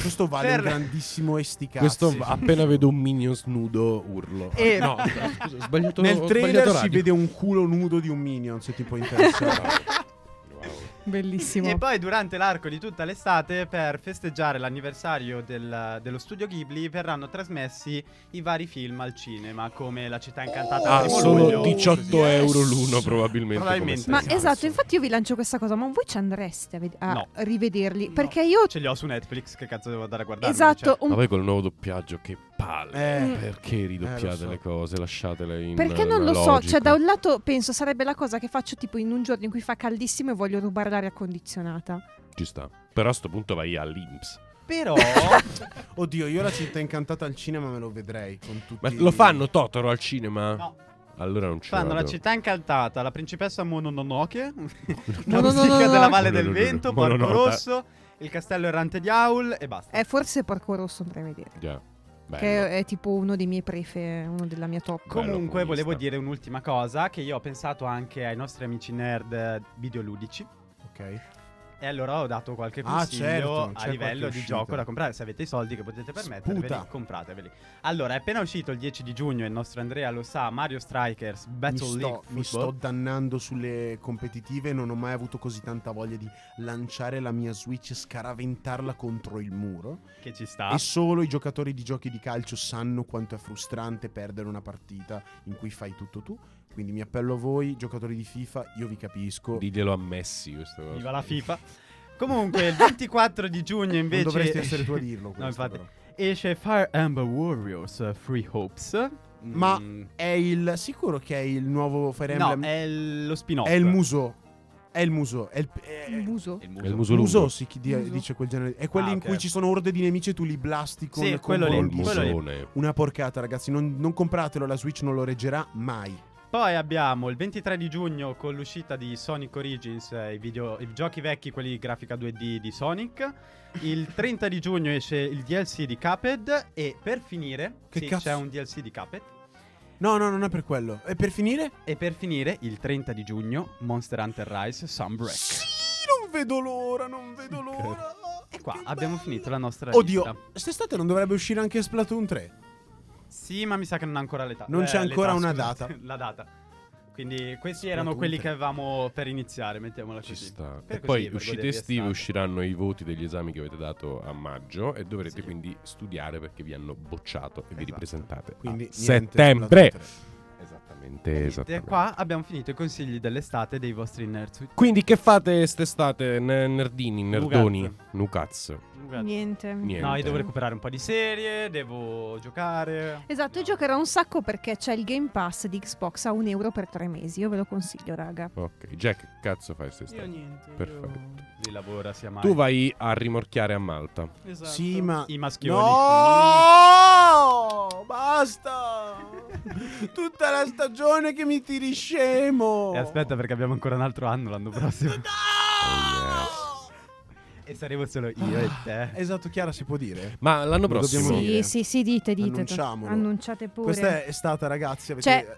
Questo vale
Per-
un grandissimo esticazzo.
Questo appena vedo un minion snudo urlo.
Eh,
no, scusa, ho sbagliato.
Nel
ho
trailer
sbagliato
si
radio.
vede un culo nudo di un minion, se ti può interessare.
bellissimo
E poi durante l'arco di tutta l'estate, per festeggiare l'anniversario del- dello studio Ghibli, verranno trasmessi i vari film al cinema, come La città incantata
Ah,
del primo
sono
luglio.
18 euro l'uno probabilmente.
Probabilmente.
come
Ma
sempre.
esatto, infatti io vi lancio questa cosa, ma voi ci andreste a, ved- a
No. Cioè,
rivederli?
No.
Perché io...
Ce li ho su Netflix, che cazzo devo andare a cioè. guardare?
Esatto, un-
Ma poi Ah, col nuovo doppiaggio che palle.
Eh,
Perché ridoppiate
Eh, lo so.
le cose? Lasciatele in
perché non
eh,
lo so,
logico.
cioè da un lato penso sarebbe la cosa che faccio tipo in un giorno in cui fa caldissimo e voglio rubare l'aria condizionata.
Ci sta. Però a sto punto vai all'Inps.
Però...
Oddio, io la città incantata al cinema me lo vedrei con tutti
Ma lo fanno Totoro al cinema?
No.
Allora non ci
Fanno la
vado.
città incantata, la principessa Mononoke,
No,
la
no, no,
musica
no,
della
no.
Valle
No, no,
del
no, no.
Vento, Porco
Mononota.
Rosso, il castello errante di Aul e basta.
Eh, forse Porco Rosso andrei a vedere.
Già. Bello.
Che è, è tipo uno dei miei prefe, uno della mia top.
Bello
Comunque
comunista.
volevo dire un'ultima cosa che io ho pensato anche ai nostri amici nerd eh, videoludici
Ok.
E allora ho dato qualche
Ah,
consiglio
certo, c'è
a
qualche
livello di
uscita.
gioco da comprare. Se avete i soldi che potete permetterveli,
Sputa.
comprateveli. Allora, è appena uscito il 10 di giugno, il nostro Andrea lo sa, Mario Strikers
Mi
Battle League
sto, mi sto
Football.
dannando sulle competitive. Non ho mai avuto così tanta voglia di lanciare la mia Switch e scaraventarla contro il muro.
che ci
Ah.
sta.
E solo i giocatori di giochi di calcio sanno quanto è frustrante perdere una partita in cui fai tutto tu. Quindi mi appello a voi, giocatori di FIFA, io vi capisco.
Diglielo a Messi questa cosa.
Viva la FIFA. Comunque, il 24 di giugno invece...
non dovresti essere tu a dirlo. questo,
infatti.
però.
Esce Fire Emblem Warriors eh, Free Hopes. Mm,
Ma È il sicuro che è il nuovo Fire
No,
Emblem?
è il- lo spin-off.
È il muso. È il muso. È il, è-
Il muso.
È Eh, il
È il
muso.
muso lungo.
muso si chi- di-
Muso.
dice quel genere. È quelli
Ah,
in
ok.
cui ci sono orde di nemici e tu li blasti con
Sì,
con
quello lì,
Col
bombi.
quello lì.
musone.
Una porcata, ragazzi. Non, non compratelo, la Switch non lo reggerà mai.
Poi abbiamo il 23 di giugno con l'uscita di Sonic Origins, eh, i, video- i giochi vecchi, quelli di grafica 2D di Sonic. Il 30 di giugno esce il DLC di Cuphead e per finire
Che
sì,
cazzo?
c'è un DLC di Cuphead.
No, no, non è per quello. E per finire?
E per finire il 30 di giugno Monster Hunter Rise Sunbreak.
Sì, non vedo l'ora, non vedo l'ora.
E qua abbiamo finito la nostra lista.
Oddio, quest'estate non dovrebbe uscire anche Splatoon 3.
Sì, ma mi sa che non ha ancora l'età. Eh,
Non c'è
l'età,
ancora una
scusate,
data.
La data. Quindi questi
Splatoon
erano quelli
3.
che avevamo per iniziare, mettiamola
Ci
così.
sta.
Per così,
E poi
per
uscite
godervi
estive
estate.
usciranno i voti degli esami che avete dato a maggio e dovrete
Sì.
quindi studiare perché vi hanno bocciato e vi
Esatto.
ripresentate
Quindi
a
niente,
ah, settembre.
Splatoon 3.
Esattamente,
E
esattamente.
qua abbiamo finito i consigli dell'estate dei vostri nerd.
Quindi che fate st'estate, ne- nerdini, nerdoni,
Nucazze.
nucazzi?
Niente.
Niente.
No, io devo recuperare un po' di serie, devo giocare.
Esatto,
No.
io giocherò un sacco perché c'è il Game Pass di Xbox a un euro per tre mesi. Io ve lo consiglio, raga.
Ok, Jack, che cazzo fai
Io
st'estate?
niente.
Perfetto.
Lì lavora sia mai.
Tu vai a rimorchiare a Malta.
Io... Esatto.
Sì, ma
I maschioni.
No! Basta! Tutta la stagione che mi tiri scemo!
E aspetta perché abbiamo ancora un altro anno l'anno prossimo.
Oh,
e saremo solo io e
Ah,
te.
Esatto, Chiara, si può dire?
Ma l'anno
Lo dobbiamo
prossimo...
Devo dire.
Sì, sì, sì, dite, dite.
Annunciamolo.
Annunciate pure.
Questa è stata, ragazzi, avete... eh,
Cioè,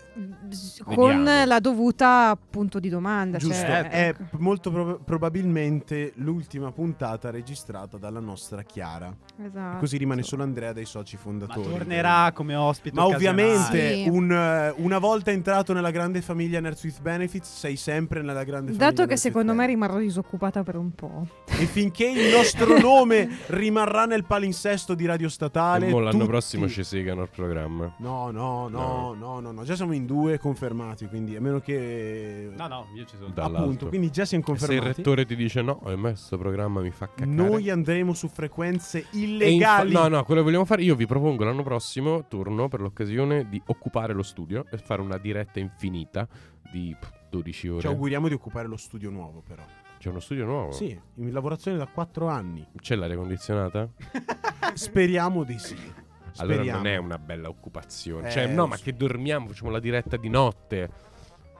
s- con
Vediamo.
la dovuta punto di domanda.
Giusto, Eh,
cioè,
è
ecco.
molto prob- probabilmente l'ultima puntata registrata dalla nostra Chiara.
Esatto.
Così rimane solo Andrea dai soci
Ma
esatto.
fondatori.
tornerà come ospite.
Ma ovviamente
Sì.
un, eh, una volta entrato nella grande famiglia Nerds with Benefits sei sempre nella grande famiglia.
Dato che
Nerds with
secondo me
Benefits.
rimarrò disoccupata per un po'.
E finché il nostro nome rimarrà nel palinsesto di Radio Statale.
E mo l'anno
tutti-
prossimo ci segano al programma.
No, no, no,
No.
no, no, no. Già siamo in due confermati, quindi a meno che.
No, no, io ci sono.
Dall'alto.
Appunto, quindi già siamo
Se il
confermati.
rettore ti dice no, a me questo programma mi fa cacare.
Noi andremo su frequenze
E infa-
illegali.
No, no, quello che vogliamo fare. Io vi propongo l'anno prossimo, turno per l'occasione di occupare lo studio e fare una diretta infinita di pff, 12 ore.
Ci auguriamo di occupare lo studio nuovo, però.
C'è uno studio nuovo?
Sì, in lavorazione da quattro anni.
C'è l'aria condizionata?
Speriamo di sì.
Allora
Speriamo.
non è una bella occupazione.
Eh,
cioè,
lo
no, ma
so.
che dormiamo, facciamo la diretta di notte.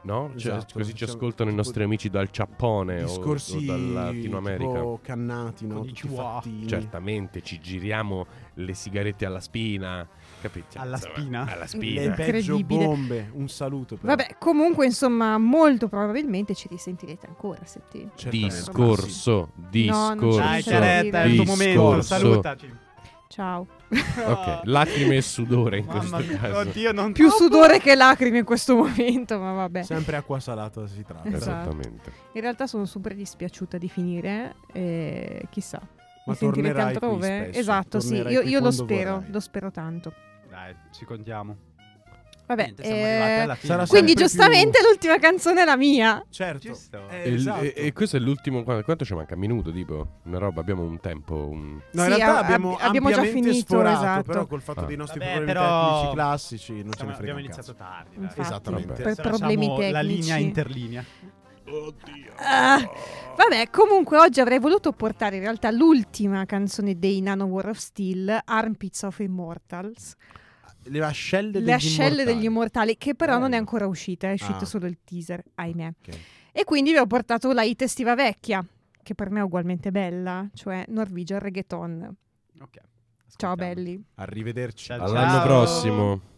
No? Cioè,
Esatto,
così ci
facciamo-
ascoltano i nostri
tipo-
amici dal Giappone o-
Discorsi
o, dalla Latino America. Certo.
tipo cannati, no?
Con i
Tutti
chihuahua.
fattini.
Certamente ci giriamo le sigarette alla spina, capito?
Alla
Insomma,
spina?
Alla
Le
spina.
peggio
Incredibile.
bombe. Un saluto. Però.
Vabbè, comunque, insomma, molto probabilmente ci risentirete ancora. Senti.
Certamente.
Discorso,
No, non ci
Dai,
discorso.
Corso.
Chiaretta, è il tuo momento.
Discorso.
Salutaci.
Ciao.
Ok, lacrime e sudore in
Mamma
questo
mia,
caso.
oddio, non
Più sudore che lacrime in questo momento, ma vabbè.
Sempre acqua salata si tratta.
Esatto.
Esattamente.
In realtà sono super dispiaciuta di finire, eh, chissà.
Ma
Mi sentirete
tornerai qui
altrove?
spesso,
esatto, sì,
tornerai
io,
qui
io lo
quando
spero,
vorrai.
lo spero tanto.
Dai, ci contiamo.
Vabbè,
Niente, siamo
eh,
arrivati alla fine.
Sarà
quindi
sempre più-
giustamente l'ultima canzone è la mia.
Certo.
Giusto.
Eh,
E, l-
esatto.
e- e questo è l'ultimo. qua- Quanto ci manca? Un minuto, tipo? Una roba, abbiamo un tempo. un-
No, in
Sì,
realtà
ab-
abbiamo,
abbiamo già
ampiamente
finito,
sforato,
esatto.
però col fatto
Ah.
dei nostri
Vabbè,
problemi
però-
tecnici classici non ce ne
Siamo-
frega
abbiamo
un
iniziato
cazzo.
tardi. dai.
Infatti,
Esattamente.
per
Adesso
problemi
lasciamo
tecnici.
La linea interlinea.
Ah, vabbè, comunque oggi avrei voluto portare in realtà l'ultima canzone dei Nano War of Steel, Armpits of Immortals,
Le ascelle degli
Le ascelle
immortali.
degli immortali, che però non è
Bello.
ancora uscita, è uscito
Ah.
solo il teaser, ahimè.
Ok.
E quindi vi ho portato la hit estiva vecchia, che per me è ugualmente bella, cioè Norwegian Reggaeton.
Ok.
Ciao
Ascoltiamo.
belli.
Arrivederci.
Ciao,
All'anno
ciao.
prossimo.